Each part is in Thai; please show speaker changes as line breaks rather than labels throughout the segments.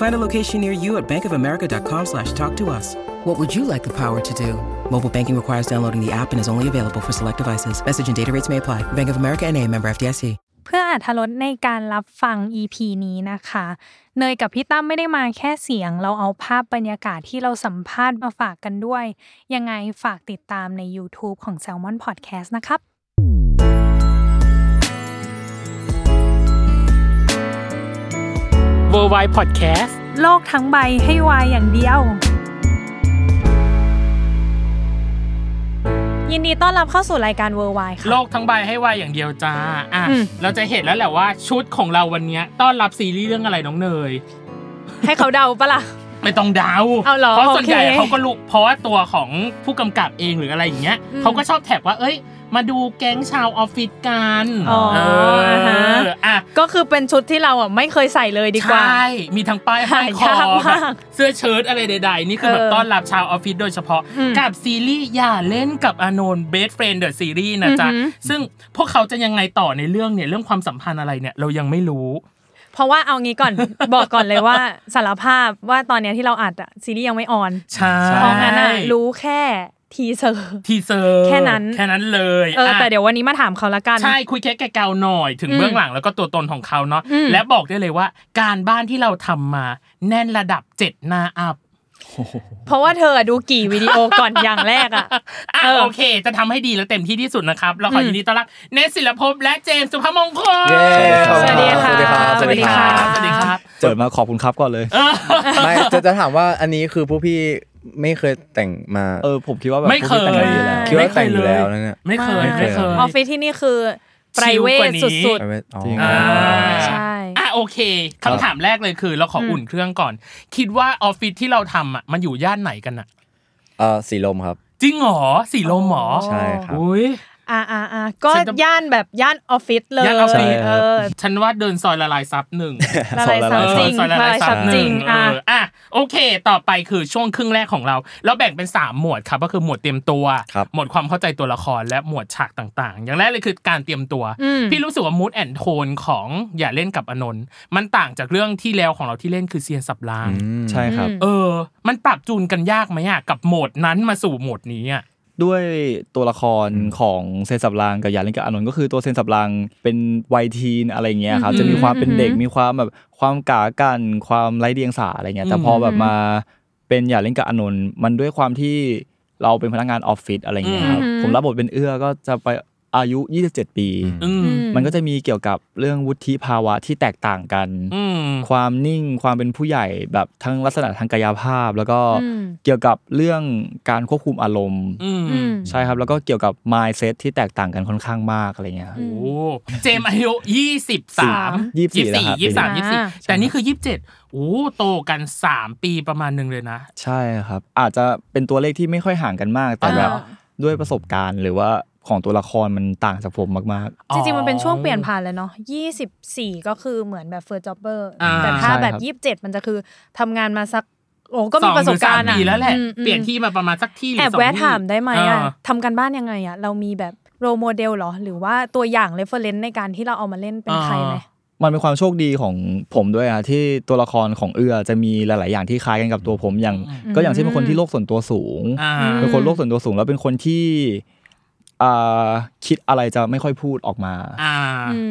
Find a location near you at bankofamerica.com slash talk to us. What would you like the power to do? Mobile banking requires downloading the app and is only available for select devices. Message and data rates may apply. Bank of America and a member FDIC.
เพื่ออาธรสในการรับฟัง EP นี้นะคะ เนยกับพี่ตั้มไม่ได้มาแค่เสียง เราเอาภาพบรรยากาศที่เราสัมภาษณ์มาฝากกันด้วย ยังไงฝากติดตามใน YouTube ของ Salmon Podcast นะครับ
w o r l d w i d e Podcast
โลกทั้งใบให้วายอย่างเดียว ยินดีต้อนรับเข้าสู่รายการเวอร์ไวค่ะ
โลกทั้งใบให้วายอย่างเดียวจ้า อ่ะ
อืม
เราจะเห็นแล้วแหละว่าชุดของเราวันเนี้ยต้อนรับซีรีส์เรื่องอะไรน้องเนย
ให้เขาเดาปะล่ะ
ไม่ต้องเดาว
เอาเหรอ
เพราะส่วนใหญ่
โอเค
เขาก็รู้เพราะว่าตัวของผู้กำกับเองหรืออะไรอย่างเงี้ย
อืม
เขาก็ชอบแท็กว่า เอ้ย มาดูแก๊งชาวออฟฟิศกัน
อ๋อ
เออ
ฮะ
อ่ะ
ก็คือเป็นชุดที่เราอ่ะไม่เคยใส่เลยดีกว่า
ใช่ มีทั้งป้ายห้อยคอ
หายาก
แบ
มา
บ
ก
เสื้อเชิ้ตอะไรใดๆ นี่คือ
เออ
แบบต้อนรับชาวออฟฟิศโดยเฉพาะ
อืม
กับซีรีส์อย่าเล่นกับอานนท์เบสเฟรนเดอะซีรีส์นะจ๊ะ
อือหือ
ซึ่งพวกเขาจะยังไงต่อในเรื่องเนี่ย เรื่องความสัมพันธ์อะไรเนี่ยเรายังไม่รู้
เพราะว่าเอางี้ก่อน บอกก่อนเลยว่าสารภาพว่าตอนเนี้ยที่เราอัดอะซีรีส์ยังไม่ออน
ใช่
เพราะงั้นอะรู้แค่ทีเซอร์
ทีเซอร์
แค่นั้น
แค่นั้นเลย
เอออะ แต่เดี๋ยววันนี้มาถามเขาละกัน
ใช่คุยแค่แกเกาหน่อยถึง
อืม
เบื้องหลังแล้วก็ตัวตนของเขาเนาะ
อืม
และบอกได้เลยว่า การบ้านที่เราทำมาแน่นระดับเจ็ดหน้าอัพ
เพราะว่าเธอดูกี่วิดีโอก่อนอย่างแรกอะ
อ่ะ
เออ
โอเค จะทำให้ดีและเต็มที่ที่สุดนะครับ เราขอยินดีต้อนรับเนสศิลภพและเจมส์สุภมงคล
เย้
สวัสดีค่ะ
สวัสดีครับ
สวัสดีครั
สวัสดีครับ บ
สวัสดีครับ
เปิด มาขอบคุณครับก่อนเลย
ไม่จะจะถามว่าอันนี้คือผู้พี่ไม่เคยแต่งมา
เออผมคิดว่าแบบ
ไม่เคย
พูดกันอยู่แล้ว
คิดว่าแต่งอยู่แล้วนะเนี่ย
ไม่เคย
ไม่
ไม่เคย
ออฟฟิศที่นี่คือไพรเว
ชิล
ท
กว่านี้
สุด
เอาไว้อ๋อ
จริง
อ่า
ๆ ใช่
อ่ะโอเคคำถามแรกเลยคือ เราขออุ่นเครื่องก่อน คิดว่าออฟฟิศที่เราทำอ่ะมันอยู่ย่านไหนกันอ่ะ
เออสีลมครับ
จริงเหรอสีลมเหรอ
ใช่ครับ
อุ้ย
อ่าอ่าอ่าก็
ฉันจะ
ย่านแบบย่านออฟฟิศเลย
ย่านออฟฟิศ
เออ
ฉันว่าเดินซอยละลายซับหนึ่ง
ละลายซับจริง
เออซอยละ
ละ
ลา
ลาย ย
ซั
ซั
บบ จ
จ
ริ
ริ
ง
ง
อ่ะ
อ่ะ
อ่ะโอเค ต่อไปคือช่วงครึ่งแรกของเรา เราแบ่งเป็น 3 หมวดครับก็คือหมวดเตรียมตัว
ครับ
หมวดความเข้าใจตัวละครและหมวดฉากต่างๆ อย่างแรกเลยคือการเตรียมตัว
อืม
พี่รู้สึกว่ามูดแอนโทนของอย่าเล่นกับอนนท์มันต่างจากเรื่องที่แล้วของเราที่เล่นคือเซียนสับลาง
อืม
ใช่ครับ
เออ มันปรับจูนกันยากไหมอ่ะกับโหมดนั้นมาสู่โหมดนี้อ่ะ
ด้วยตัวละครของเซนสับรางกับยาเล่นกับอานนท์ก็คือตัวเซนสับรางเป็นวัยทีนอะไรเงี้ยครับ
อืม
จะมีความเป็นเด็ก
อืม
มีความแบบความกากันความไร้เดียงสาอะไรเงี้ยแต่
อืม
พอแบบมาเป็นยาเล่นกับอานนท์มันด้วยความที่เราเป็นพนักงานออฟฟิศอะไรเงี้ยครับผมรับบทเป็นเอื้อก็จะไปอายุ 27 ปี
อืม
มันก็จะมีเกี่ยวกับเรื่องวุฒิภาวะที่แตกต่างกัน
อืม
ความนิ่งความเป็นผู้ใหญ่แบบทั้งลักษณะทางกายภาพ แล้วก็
อืม
เกี่ยวกับเรื่องการควบคุมอารมณ์
อืม
อืม
ใช่ครับ แล้วก็เกี่ยวกับ mindset ที่แตกต่างกันค่อนข้างมากอะไรเงี้ยครับ
โอ้เจมส์อายุยี่สิบสาม
ยี่สิบสี่แล้วครับ
ยี่สิบสาม
อ่า
ยี่สิบสี่แต่นี่คือยี่สิบเจ็ดโอ้โตกันสามปีประมาณหนึ่งเลยนะ
ใช่ครับ อาจจะเป็นตัวเลขที่ไม่ค่อยห่างกันมาก แต่แบบ
อ่า
ด้วยประสบการณ์หรือว่าของตัวละครมันต่างจากผมมาก
จริงๆ มันเป็นช่วงเปลี่ยนผ่านเลยเนาะ24 ก็คือเหมือนแบบเฟิร์สจ็อบเบอร์
อ่า
แต่ถ้าแบบ
ใช่ครับ
27 มันจะคือทำงานมาสัก โอ้ก็มีประสบการณ์
สองหอสมปีแล้วแหละ
อืมอืม
เปลี่ยนที่มาประมาณสักที่หรื
แอบ
สง
แวะ
ที่
ถามได้ไหมอ่ะ
เ
ทำกันบ้านยังไงอ่ะ เรามีแบบโรโมเดลหรอ หรือว่าตัวอย่างเรฟเฟอร์เรนซ์ในการที่เราเอามาเล่นเป็นใครไหม
อ่า
ๆ มันเป็นความโชคดีของผมด้วยอะที่ตัวละครของเอื้อจะมีหลาย ๆ อย่างที่คล้ายกันกับตัวผมอย่าง ก็อย่างเช่นเป็นคนที่โลกส่วนตัวสูง
อ่า
อืม
เป็นคนโลกส่วนตัวสูงแล้วเป็นคนที่อ่าคิดอะไรจะไม่ค่อยพูดออกมา
อ่า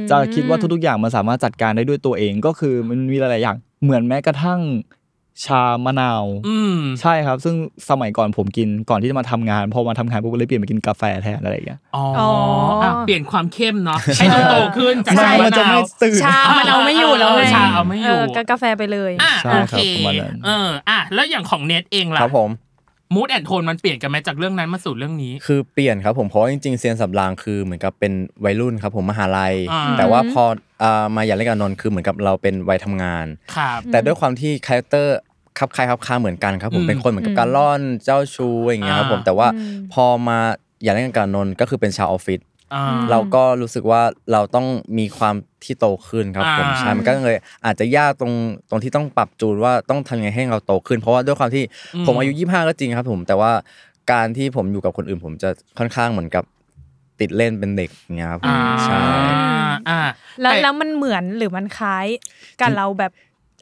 จะคิดว่าทุกๆอย่างมันสามารถจัดการได้ด้วยตัวเองก็คือมันมีหลายๆอย่าง เหมือนแม้กระทั่ง ชามะนาว
อืม
ใช่ครับ ซึ่งสมัยก่อนผมกินก่อนที่จะมาทำงาน พอมาทำงานปุ๊บก็เลยเปลี่ยนไปกินกาแฟแทนอะไรอย่างเงี้ย
อ๋อ
อ๋ออ่
ะเปลี่ยนความเข้มเนาะให้มันโตขึ้นจาก
ใช่
ชามะ
มันจะ
นา
ไม่
ว
ตื่น
ชามันเอาไม่อยู่แล้วไง
ชาเอาไม่อยู่
ก็กาแฟไปเลย
อ่ะ
ใช่
โอ
ค
เค
รับประมาณนั้น
เอออ่ะแล้วอย่างของเน็ตเองล่ะ
ครับผม
มูดแอนโทนมันเปลี่ยนกันไหมจากเรื่องนั้นมาสู่เรื่องนี้
คือเปลี่ยนครับผมเพราะว่าจริงๆเซียนสับรางคือเหมือนกับเป็นวัยรุ่นครับผมมหาลัย
อ่า
แต่ว่าพออ่ามาอยากเล่นกับนนท์คือเหมือนกับเราเป็นวัยทำงาน
ครับ
แต่ด้วยความที่คาแรคเตอร์คับคล้ายคับคาเหมือนกันครับผ
อื
ม
ม
เป็นคนเหมือนกับการล่อนเจ้าชู้อย่างเงี้ยครับผม
อ่า
แต่ว่า
อืม
พอมาอยากเล่นกับนนท์ก็คือเป็นชาวออฟฟิศ
อ่า
เราก็รู้สึกว่าเราต้องมีความที่โตขึ้นครับผม
อ่า
ใช่มันก็เลยอาจจะยากตรงตรงที่ต้องปรับจูนว่าต้องทำยังไงให้เราโตขึ้น เพราะว่าด้วยความที่ผมอายุ 25 ก็จริงครับผมแต่ว่าการที่ผมอยู่กับคนอื่น ผมจะค่อนข้างเหมือนกับติดเล่นเป็นเด็กอย่างเงี้ยครับผม
อ่า
ใช่
อ่า
แล้ว
แต่
แล้วมันเหมือนหรือมันคล้ายกับเราแบบ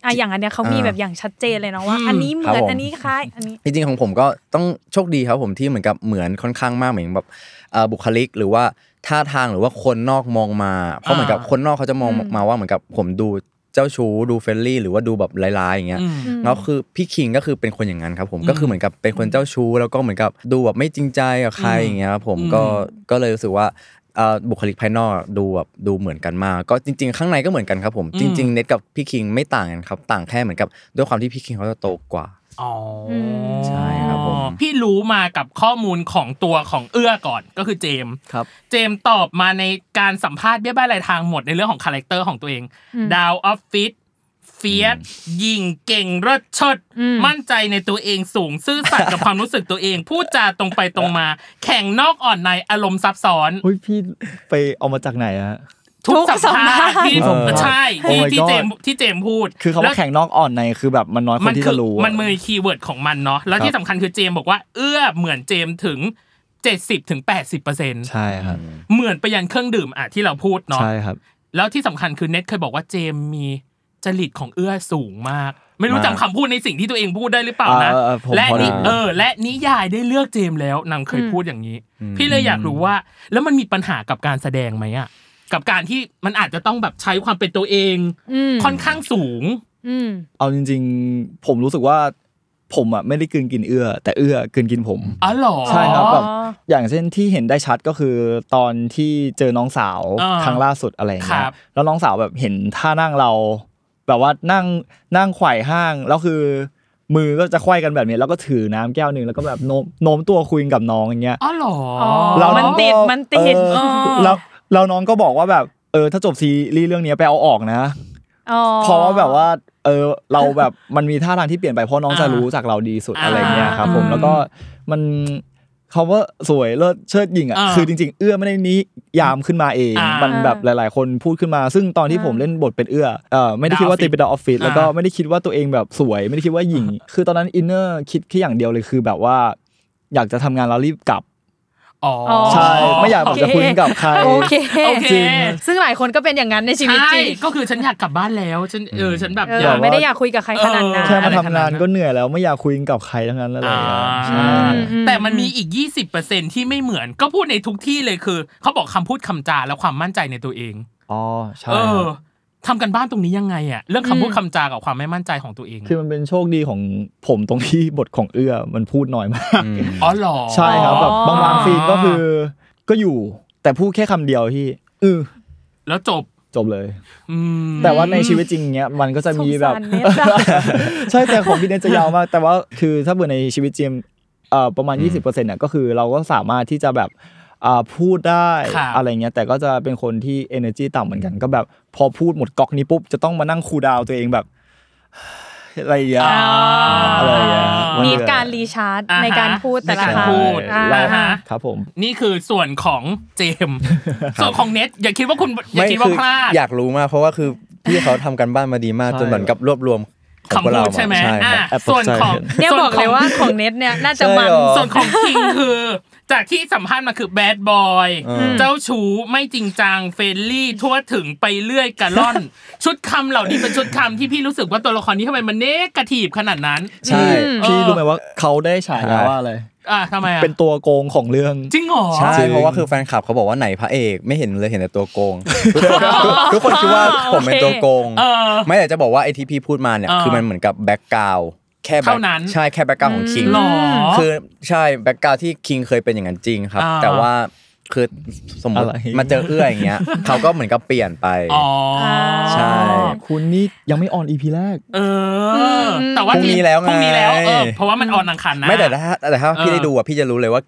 อ่ะอย่างอันเนี้ยเขามี
อ่า
แบบอย่างชัดเจนเลยเนาะว่า อันนี้เหมือน
ครับผม
อันนี้คล้ายอันนี้
จริงๆของผมก็ต้องโชคดีครับผมที่เหมือนกับเหมือนค่อนข้างมากเหมือนแบบเอ่อบุคลิก หรือว่าท่าทางหรือว่าคนนอกมองมา เพราะเหมือนกับคนนอกเขาจะมอง
อืม
มาว่าเหมือนกับผมดูเจ้าชู้ดูเฟรนลี่ หรือว่าดูแบบร้ายๆอย่างเงี้ย
อืม
แล้วคือพี่คิงก็คือเป็นคนอย่างนั้นครับผม
อืม
ก็คือเหมือนกับเป็นคนเจ้าชู้แล้วก็เหมือนกับดูแบบไม่จริงใจกับใคร
อืม
อย่างเงี้ยครับผม
อืม
ก็ก็เลยรู้สึกว่าเอ่อบุคลิกภายนอกดูแบบดูเหมือนกันมากก็จริง ๆ ข้างในก็เหมือนกันครับผมจริง ๆ เน็ตกับพี่คิงไม่ต่างกันครับต่างแค่เหมือนกับด้วยความที่พี่คิงเขาจะโตกว่า
อ๋ออ
ม
ใช่ครับผม
พี่รู้มากับข้อมูลของตัวของเอื้อก่อนก็คือเจมส์
ครับ
เจมส์ตอบมาในการสัมภาษณ์เบี้ยบ้ายรายทางหมดในเรื่องของคาแรคเตอร์ของตัวเอง ดาวออฟฟิศเฟียสยิงเก่งเลิศเชด
อืม
มั่นใจในตัวเองสูง ซื่อสัตย์กับความรู้สึกตัวเอง พูดจาตรงไปตรงมา แข่งนอกอ่อนในอารมณ์ซับซ้อน
เฮ้ยพี่ไปเอามาจากไหนอะ
ทุกสัมภาษณ์ที่
เออ
ใช่ที่
Oh my
ที่เจม
God
ที่เจมพูด
คือ
แล้ว
เขา่าว แข่งนอกอ่อนในคือแบบมันน้อยคนที่
คื
จะรู้อะ
มันมีคีย์เวิร์ดของมันเนาะแล้วที่สำคัญคือเจมบอกว่า เอื้อเหมือนเจมถึง 70ถึง80เปอร์เซ็นต์
ใช่ครับ
เหมือนไปยันเครื่องดื่มอ่ะที่เราพูดเนาะ
ใช่ครับ
แล้วที่สำคัญคือเน็ตเคยบอกว่าเจมมีจริตของเอื้อสูงมาก ไม่รู้จำคำพูดในสิ่งที่ตัวเองพูดได้หรือเปล่านะ
เออเออผม
และ
พอได้
นิเออ และนิยายได้เลือกเจมแล้วนางเคยพูดอย่างนี้ พี่เลยอยากรู้ว่า แล้วมันมีปัญหากับการแสดงไหมอ่ะกับการที่มันอาจจะต้องแบบใช้ความเป็นตัวเอง
อืม
ค่อนข้างสูง
อืม
เอาจริง ๆ ผมรู้สึกว่าผมอ่ะไม่ได้กลืนกินเอื้อ แต่เอื้อกลืนกินผม
อ๋อเหรอ
ใช่ครับแบบอย่างเช่นที่เห็นได้ชัดก็คือตอนที่เจอน้องสาว
อ่า
ครั้งล่าสุดอะไรอย่างเงี้
ครั
ย
บ
แล้วน้องสาวแบบเห็นท่านั่งเรา แบบว่านั่งนั่งไขว่ห้างแล้วคือ มือก็จะไขว้กันแบบนี้แล้วก็ถือน้ำแก้วหนึ่งแล้วก็แบบโน้มโน้มตัวคุยกับน้องอย่างเงี้ย
อ๋อเหรอ
เรา
มันติด
ก็
มันติด
เออ
เออ
แล้วแล้วน้องก็บอกว่าแบบเออถ้าจบซีรีส์เรื่องนี้ไปเอาออกนะ
อ๋อ
เพราะว่าแบบว่าเออเราแบบมันมีท่าทางที่เปลี่ยนไปเพราะน้องจะ
อ่า
รู้จากเราดีสุด
อ่า
อะไรเงี้ยครับผม
อืม
แล้วก็มันเขาว่าสวยเลิศเชิดหญิงอ่ะ
อ่า
คือจริง ๆ เอื้อไม่ได้นิยามขึ้นมาเอง
อ่ามั
มันแบบหลาย ๆ คนพูดขึ้นมา ซึ่งตอนที่ผมเล่นบทเป็นเอื้อเออไม่ได้คิดว่าตีเป็นดาวออฟฟิศแล้วก็
อ่า
ไม่ได้คิดว่าตัวเองแบบสวย ไม่ได้คิดว่าหญิง คือตอนนั้นอินเนอร์คิดแค่อย่างเดียวเลยคือแบบว่า อยากจะทำงานแล้วรีบกลับ
อ๋อ
ใช่ ไม่อยากแบบจะคุยกับใคร
โอเค
โอเค
ซึ่งหลายคนก็เป็นอย่างนั้นในชีวิตจ
ใช่
ริง
ก็คือฉันอยากกลับบ้านแล้วฉันเออฉันแบบ
เออย
อาก
ไม่ได้อยากคุยกับใครขนาดนั้น
แค่มา
อะไร
ทำ
ขนาดนั้น
งานก็เหนื่อยแล้วไม่อยากคุยกับใครทั้งนั้นแล้วอะไรอย่างเงี้ยใช่
อืม
แต่มันมีอีก 20%ที่ไม่เหมือน ก็พูดในทุกที่เลยคือ เขาบอกคำพูดคำจาและความมั่นใจในตัวเอง
อ๋อใช่
เออ
ครับ
ทำกันบ้านตรงนี้ยังไงอะเรื่องคำพูดคำจากับความไม่มั่นใจของตัวเอง
คือมันเป็นโชคดีของผมตรงที่บทของเอื้อมันพูดน้อยมาก
อ๋อเหรอ
ใช่ครับแบบบางบางซีนก็คือ ก็อยู่แต่พูดแค่คำเดียวที่เออ
แล้วจบ
จบเลย
อืม
แต่ว่าในชีวิตจริงเนี้ยมันก็จะมีแบบ
สงสารเนสอะ
ใช่แต่ของพี่เนสจะยาวมาก แต่ว่าคือถ้าเบื่อในชีวิตจริงเอ่อประมาณ 20%เนี่ยก็คือเราก็สามารถที่จะแบบอ่าพูดได้
ครับ
อะไรเงี้ยแต่ก็จะเป็นคนที่ energy ต่ำเหมือนกัน ก็แบบพอพูดหมดก๊อกนี้ปุ๊บ จะต้องมานั่งคูลดาวน์ตัวเองแบบ อะไรอย่างเงี้ย
อ่า
อะไรอย่างเงี้ยมัน
มีการรีชาร์จ
อ่าฮะ
ในการพูดแต่ละค
ในกา
รั้
รพู
ง
ด
อ่า
เรา
ฮะ
ครับผม
นี่คือส่วนของเจมส์ส่วนของเน็ตอย่าคิดว่าคุณอย่าคิดว่าพลาด
อยากรู้มากเพราะว่าคือพี่เขาทำกันบ้านมาดีมาก
ใช่
จนเหมือนกับรวบรวมของ
คำพู
พวกเรา
ดใช่ไหม
ใช่ครับ
อ่ะ
แอปเปิล
ส่วนของ
ใช่
เนี่ย
ส่ว
บอกเลยว่าของเน็ตเนี่ยน่าจะมัน
ใช่หร
ส่วนของคิงคือ จากที่สัมภาษณ์มาคือแบดบอยเจ้าชู้ไม่จริงจังเฟรนลี่ ทั่วถึงไปเรื่อยกะล่อน ชุดคำเหล่านี้เป็นชุดคำที่พี่รู้สึกว่าตัวละครนี้ทำไมมันเนกาทีบขนาดนั้น
ใช่พี่
เออ
รู้ไหมว่าเขาได้ฉายาว่าอะไร
อ่ะทำไมอ่ะ
เป็นตัวโกงของเรื่อง
จริงเหรอ
ใช่
จริง
เพราะว่าคือแฟนคลับเขาบอกว่าไหนพระเอกไม่เห็นเลยเห็นแต่ตัวโก ง ทุกคนทุกคนคิดว่าผมเป็นตัวโกง
เออ
ไม่แต่จะบอกว่าไอที่พี่พูดมาเนี่ย
เออ
คือมันเหมือนกับแบ็กกราว แค่แบ็ค
เท่านั้น
ใช่แค่แบ็กกราวของคิง
หรอ
คือใช่แบ็กกราวที่คิงเคยเป็นอย่างนั้นจริงครับ
อ่า
แต่ว่าคือสมมติ
อะไร
มาเจอเอื้ออย่างเงี้ย เขาก็เหมือนกับเปลี่ยนไป
อ๋อ
ใช่
คุณนี่ยังไม่ออนอีพีแรก
เออ แต่ว่า
พรุ่งนี้แล้วไง
พรุ่งนี้แล้วเออเพราะว่ามันออนอังคารนะ
ไม่แต่ถ้าแต่ถ้า
เออ
พี่ได้ดูอ่ะพี่จะรู้เลยว่า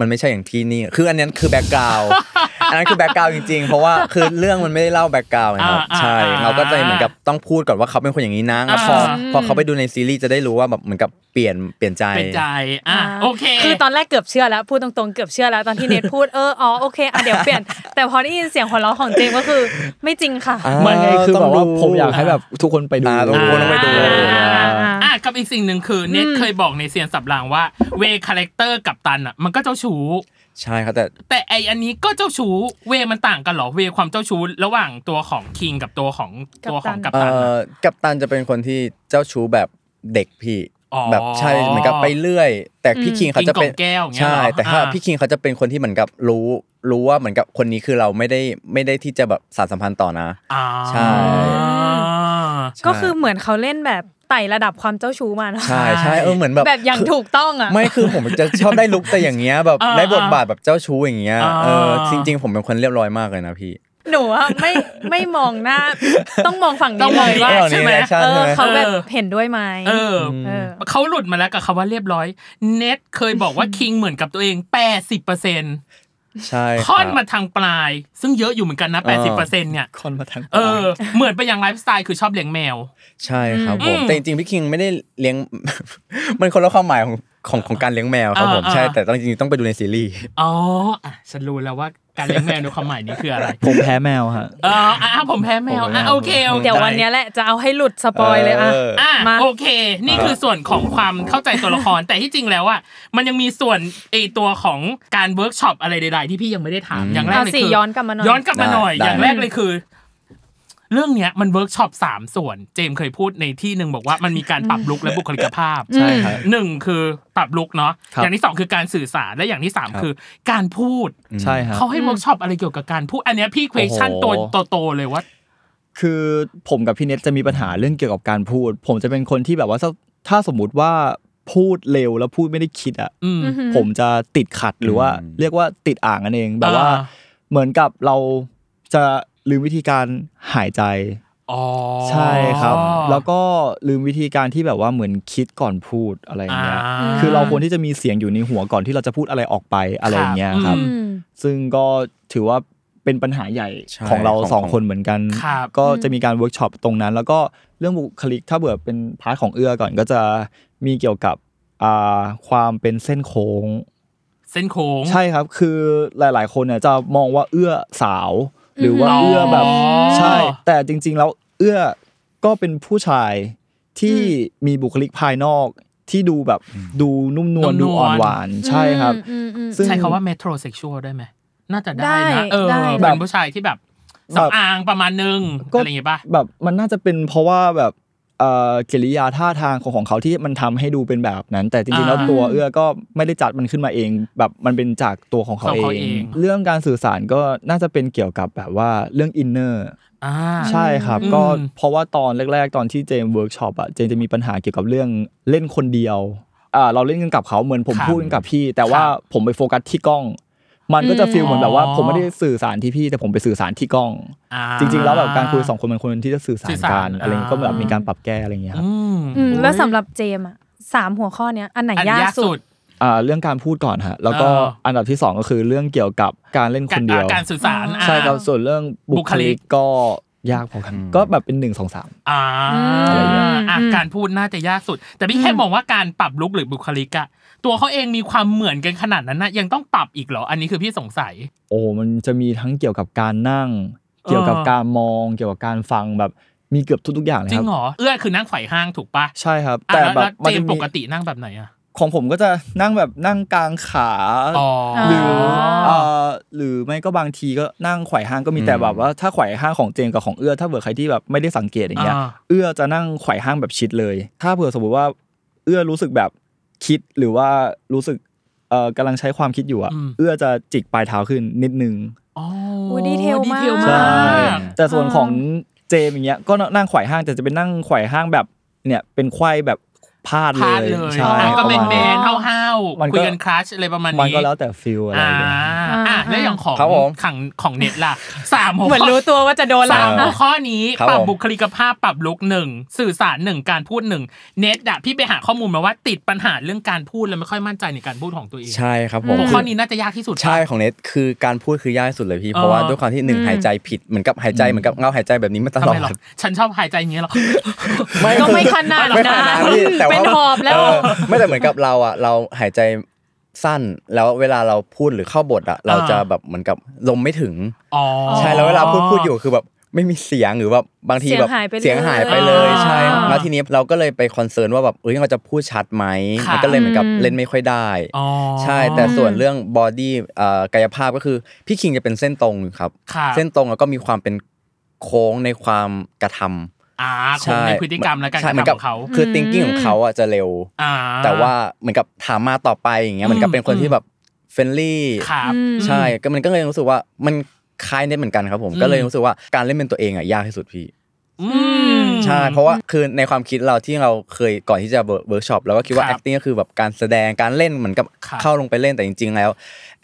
มันไม่ใช่อย่างที่นี่ คืออันนั้นคือแบ็กกราว อันนั้นคือแบ็กกราวจริงๆ เพราะว่าคือเรื่องมันไม่ได้เล่าแบ็กกราวนะครับ
อ่า
ใช่
อ่า
เราก็จะเหมือนกับต้องพูดก่อนว่าเขาเป็นคนอย่างนี้นะแล้วพออ
ม
พอเขาไปดูในซีรีส์จะได้รู้ว่าแบบเหมือนกับเปลี่ยนเปลี่ยนใจ
เป็นใจอ่ะโอเค
คือตอนแรกเกือบเชื่อแล้ว พูดตรงๆ เกือบเชื่อแล้วตอนที่เนทพูด เออ อ๋อ โอเคอ่ะเดี๋ยวเปลี่ยน แต่พอได้ยินเสียงหัวเราะของเจมส์ก็คือไม่จริงค่ะ
มันไงคือแบบว่า
ต้องดู
ผมอยากให้แบบทุกคนไปดู
อ่าต้องดูต้องไปดู
อ่า
อ่า
อ่ะกับอีกสิ่งหนึ่งคือเน็ตเคยบอกในเซียนสับรางว่าเวคาแรคเตอร์กับตันอ่ะมันก็เจ้าชู้
ใช่ครับแต่
แต่ไออันนี้ก็เจ้าชู้เวมันต่างกันเหรอเวความเจ้าชู้ระหว่างตัวของคิงกับตัวของตัวของกัป
เอ่
ตันอะ
อกัปตันจะเป็นคนที่เจ้าชู้แบบเด็กพี่
อ๋อ
แบบใช่เหมือนกับไปเรื่อย แต่พี่คิงเขาจะเป็น
กินกล่องแก้วอย่างเงี้ย
ใช่
เหรอ
แต่ถ้า
อ่า
พี่คิงเขาจะเป็นคนที่เหมือนกับรู้รู้ว่าเหมือนกับคนนี้คือเราไม่ได้ไม่ได้ที่จะแบบสานสัมพันธ์ต่อนะ
อ่า
ใช่ ใช่
ก็คือเหมือนเขาเล่นแบบไต่ระดับความเจ้าชู้มาเนาะ
ใช่ใช่เออเหมือนแบบ
แบบอย่างถูกต้องอ่ะ
ไม่คือผมจะชอบได้ลุกแต่อย่างเงี้ยแบบ
อ่า
ได้บทบาทแบบเจ้าชู้อย่างเงี้ย
อ่า
เออจริง ๆ ผมเป็นคนเรียบร้อยมากเลยนะพี่
หนูอะไม่ไม่มองหน้า ต้องมองฝั่ง
ต้อ
นี้
งม
เล
อง
ยว่า
ดีแอคใช่ไหม
reaction
เอ
ใช่
อ
ไหม
เขาแบบ
เออ
เห็นด้วยไหม
เออ
เออ
เขาหลุดมาแล้วกับคำว่าเรียบร้อย เน็ตเคย บอกว่าคิงเหมือนกับตัวเอง 80เปอร์เซ็นต์
ใช่
ค่อน
รับ
มาทางปลาย ซึ่งเยอะอยู่เหมือนกันนะ
อ่า
80เปอร์เซ็นต์เนี่ย
คนมาทาง
เออ เหมือนไปอย่างไลฟ์สไตล์คือชอบเลี้ยงแมว
ใช่ครับ
อืม
ผมแต่จริงๆพี่คิงไม่ได้เลี้ยง มันคนละความหมายของของของการเลี้ยงแมวครับผม
อ่าๆ
ใช่แต่ต้องจริงๆต้องไปดูในซีรีส์
อ๋ออ่ะฉันรู้แล้วว่าการเลี้ยงแมวในความหมายนี้คืออะไร
ผมแพ้แมวฮะ
เอออ่ะผมแพ้แมว
ผมแพ้
อ่ะ
แมว
โอเคโอค
เดี๋ยววันเนี้ยแหละจะเอาให้หลุดสปอยเลยอ่ะ
อ่ะ
มา
โอเค นี่คือส่วนของความเข้าใจตัวละคร แต่ที่จริงแล้วอ่ะมันยังมีส่วนไอตัวของการเวิร์กช็อปอะไรใดๆที่พี่ยังไม่ได้ถาม
อืม
อย่างแรก
เอา
เลย
สิ
คือ
ย้อนกลับมาหน่อย
ย้อนกลับมาหน่อย
ได้
อย่างแรกเลยคือ เรื่องเนี้ยมันเวิร์กช็อปสามส่วน เจมส์เคยพูดในที่หนึ่งบอกว่ามันมีการปรับลุ กและบุคลิกภาพ
ใช่ครับ
หนึ่งคือปรับลุกเนาะ
ครับ
อย่างที่สองคือการสื่อสารและอย่างที่สาม
ครับ
คือ การพูด
ใช่ฮะ
เขาให้เวิร์กช็อปอะไรเกี่ยวกับการพูดอันเนี้ยพี่เควชั่น
โอ้
ตัว
โห
โตๆเลยว่า
คือผมกับพี่เน็ตจะมีปัญหาเรื่องเกี่ยวกับการพูด ผมจะเป็นคนที่แบบว่าถ้าถ้าสมมติว่าพูดเร็วแล้วพูดไม่ได้คิดอ่ะ
อืม
ผมจะติดขัดหรือว่า
อืม
เรียกว่าติดอ่างกันเองแบบว่า
อ่า
เหมือนกับเราจะลืมวิธีการหายใจ
อ๋อ
ใช่ครับ แล้วก็ลืมวิธีการที่แบบว่าเหมือนคิดก่อนพูดอะไรอย่างเงี้ย
อ่า
คือเราควรที่จะมีเสียงอยู่ในหัวก่อนที่เราจะพูดอะไรออกไปอะไรอย่างเงี้ย
ครับ
ครับ
อืม
ซึ่งก็ถือว่าเป็นปัญหาใหญ่
ใช่
ของเรา
ของ
สอง
ของ
คนเหมือนกัน
ครับ
ก็จะมีการเวิร์กช็อปตรงนั้น แล้วก็เรื่องบุคลิกถ้าเบื่อเป็นพาร์ทของเอื้อก่อนก็จะมีเกี่ยวกับอ่าความเป็นเส้นโค้ง
เส้นโค้ง
ใช่ครับ คือหลาย ๆ คนเนี่ยจะมองว่าเอื้อสาว หรือว่า
อืม
เอื้อแบบ
อ๋อ
ใช่ แต่จริง ๆ แล้วเอื้อก็เป็นผู้ชายที่มีบุคลิกภายนอกที่ดูแบบดูนุ่มนวล
นุ่
ดู
มนวล
อ่อนหวาน ใช่ครับ
อืมอืมอืม
ซึ่ง
ใช้คำว่าเมโทรเซ็กชวลได้ไหมน่าจะได้
ได้
นะเออ
ได้
เป็นผู้ชายที่แบบสำอางประมาณนึง
ก็
อะไรอย่างงี้ป่ะ
แบบมันน่าจะเป็นเพราะว่าแบบเอ่อกิริยาท่าทางของของเขาที่มันทำให้ดูเป็นแบบนั้น แต่จริงๆแล้ว
อ่า
ตัวเอื้อก็ไม่ได้จัดมันขึ้นมาเอง แบบมันเป็นจากตัวของเขา
ของ
เอ
เขา
ง
เอง
เรื่องการสื่อสารก็น่าจะเป็นเกี่ยวกับแบบว่าเรื่องอินเนอร์
อ่า
ใช่ครับ
อืม
ก็เพราะว่าตอนแรก ๆ ตอนที่เจมเวิร์กช็อปอะเจมจะมีปัญหาเกี่ยวกับเรื่องเล่นคนเดียวอ่าเราเล่นกันกับเขาเหมือนผม
ครับ
พูดกันกับพี่ แต่ว่าผมไปโฟกัสที่กล้อง มันก็จะฟีลเหมือนแบบว่า
อ๋อ
ผมไม่ได้สื่อสารที่พี่ แต่ผมไปสื่อสารที่กล้อง
อ่า
จริง ๆ แล้วแบบการคุยสองคนมันควรที่จะสื่อสาร
สื่อสาร
กันอะไรเงี้ยก็แบบ
อ่ามี
มีการปรับแก้อะไรเงี้ยครับ
อืม
อืมแล้วสำหรับเจมส์อะสามหัวข้อเนี้ยอันไหน
อัน
ยาย
าก ก
สุ
สุ
ด
ด
อ่าเรื่องการพูดก่อนฮะแล้วก็
เอออั
อันดับที่สองก็คือเรื่องเกี่ยวกับการเล่นค
การ
นเดียว
การสื่อสารอ่า
ใช่ครับส่วนเรื่องบุ
บุ
ค
คลิ
ลิ
ก
กก็ยากพอกันก็แบบเป็นหนึ่งสองสาม
อ่า
อะไรอย่างเงี้ย
อ่ะการพูดน่าจะยากสุด แต่พี่แค่มองว่าการปรับลุกหรือบุคลิกอะตัวเขาเองมีความเหมือนกันขนาดนั้นนะยังต้องปรับอีกเหรอ อันนี้คือพี่สงสัย
โอ้มันจะมีทั้งเกี่ยวกับการนั่ง เกี่ยวกับการมอง เกี่ยวกับการฟังแบบมีเกือบทุก ๆ อย่างเลย
จริ
ค
ง
รับ
เหรอเอื้อคือนั่งไขว่ห้างถูกปะ
ใช่ครับ
อ่ะ
แต่
ล้ว
แบ
ล้
บ
ว
มัน
เจม
จะ
ส์ป
มี
กตินั่งแบบไหนอะ
ของผมก็จะนั่งแบบนั่งกลางขา
อ๋อ
หรือเอ่อหรือไม่ก็บางทีก็นั่งไขว่ห้างก็มี
อืม
แต่แบบว่าถ้าไขว่ห้างของเจมส์กับของเอื้อถ้าเผื่อใครที่แบบไม่ได้สังเกตอย่างเงี้ย
อ่า
เอื้อจะนั่งไขว่ห้างแบบชิดเลย ถ้าเผื่อสมมติว่าเอื้อรู้สึกแบบคิดหรือว่ารู้สึกเอ่อกำลังใช้ความคิดอยู่อะเอื้อจะจิกปลายเท้าขึ้นนิดนึง
อ๋อ
โอ้ดีเทลมาก
ดีเทล
ใช่
มาก
แต่ส่วนของเจมอย่างเงี้ยก็นั่งไขว่ห้างแต่จะเป็นนั่งไขว่ห้างแบบเนี่ยเป็นไขว่แบบ พลาด
พลาด
เลย
เลย
ใช่
อ่ะก็
ประ
เป็
มาณ
นแม
นี้
นๆห้าว
มัน
ๆ
ก็
คุยกันคลาชอะไรประมาณ
มัน
นี้
ก็แล้วแต่ฟิลอะไร
อ่า
เงี้ย
อ่ะแล้วอย่างของ
ครับผม
ขังของเน็ต ล่ะสามหัว
เหมือน
ข้อ
รู้ตัวว่าจะโดน
สา
ละ
มหัวข้อนี้
ครับ
ปรับ
ผม
บุคลิกภาพปรับลุกหนึ่งสื่อสารหนึ่งการพูดหนึ่งเน็ตอะพี่ไปหาข้อมูลมาว่าติดปัญหาเรื่องการพูดและไม่ค่อยมั่นใจในการพูดของตัวเอง
ใช่ครับผม
หัวข้อนี้น่าจะยากที่สุด
ใช่ของเน็ตคือการพูดคือยากที่สุดเลยพี่
เออ
เพราะว่าด้วยความที่หนึ่งหายใจผิดเหมือนกับหายใจเหมือนกับเงาหายใจแบบนี้มาต
ทำ
ลอ
ไม
ด
หรอฉันชอบหายใจอย่างเงี้ยหรอ
ก็ไม่ขนาด
ไม่ขนาด
นั้น
พี่แต่ว่า
เป็นหอบแล้ว
เไม่แต่เหมือนกับเราอ่ะเราหายใจสั้นแล้วเวลาเราพูดหรือเข้าบทอ่ะเราจะแบบเหมือนกับลมไม่ถึง
อ๋อ
ใช่แล้วเวลาพูดพูดอยู่คือแบบไม่มีเสียงหรือแบบบางทีแบบ
เสียงหายไปเลย
สีงหายไปเลยใช่
อ่า
แล้วทีนี้เราก็เลยไปคอนเซิร์นว่าแบบเอ้ยเราจะพูดชัดไหม
ค่ะ
มันก็เลยเหมือนกับ
อืม
เล่นไม่ค่อยได้
อ๋อ
ใช่แต่ส่วนเรื่องบอดี้กายภาพก็คือพี่คิงจะเป็นเส้นตรงครับ
ค่ะ
เส้นตรงแล้วก็มีความเป็นโค้งในความกระทำ
อ่าคง
ใช่
ในพฤติกรรมและการก
ใช่
ระ
หมือน
ทำข
กับ
องเขา
คือ thinking ของเขาอ่ะจะเร็ว
อ่า
แต่ว่าเหมือนกับถามมาต่อบไปอย่างเงี้ย
อืม
เหมือนกับเป็นคน
อืม
ที่แบบเฟรนลี่
ครับ
ใช่ก็มันก็เลยรู้สึกว่ามันคล้ายเน็ตเหมือนกันครับผมก็เลยรู้สึกว่าการเล่นเป็นตัวเองอ่ะยากที่สุดพี่
อืม
ใช่ เพราะว่าคือในความคิดเราที่เราเคยก่อนที่จะเวิร์กช็อปเราก็คิดว่า
ครับ
acting ก็คือแบบการแสดงการเล่นเหมือนกับ
ครับ
เข้าลงไปเล่นแต่จริง ๆ แล้ว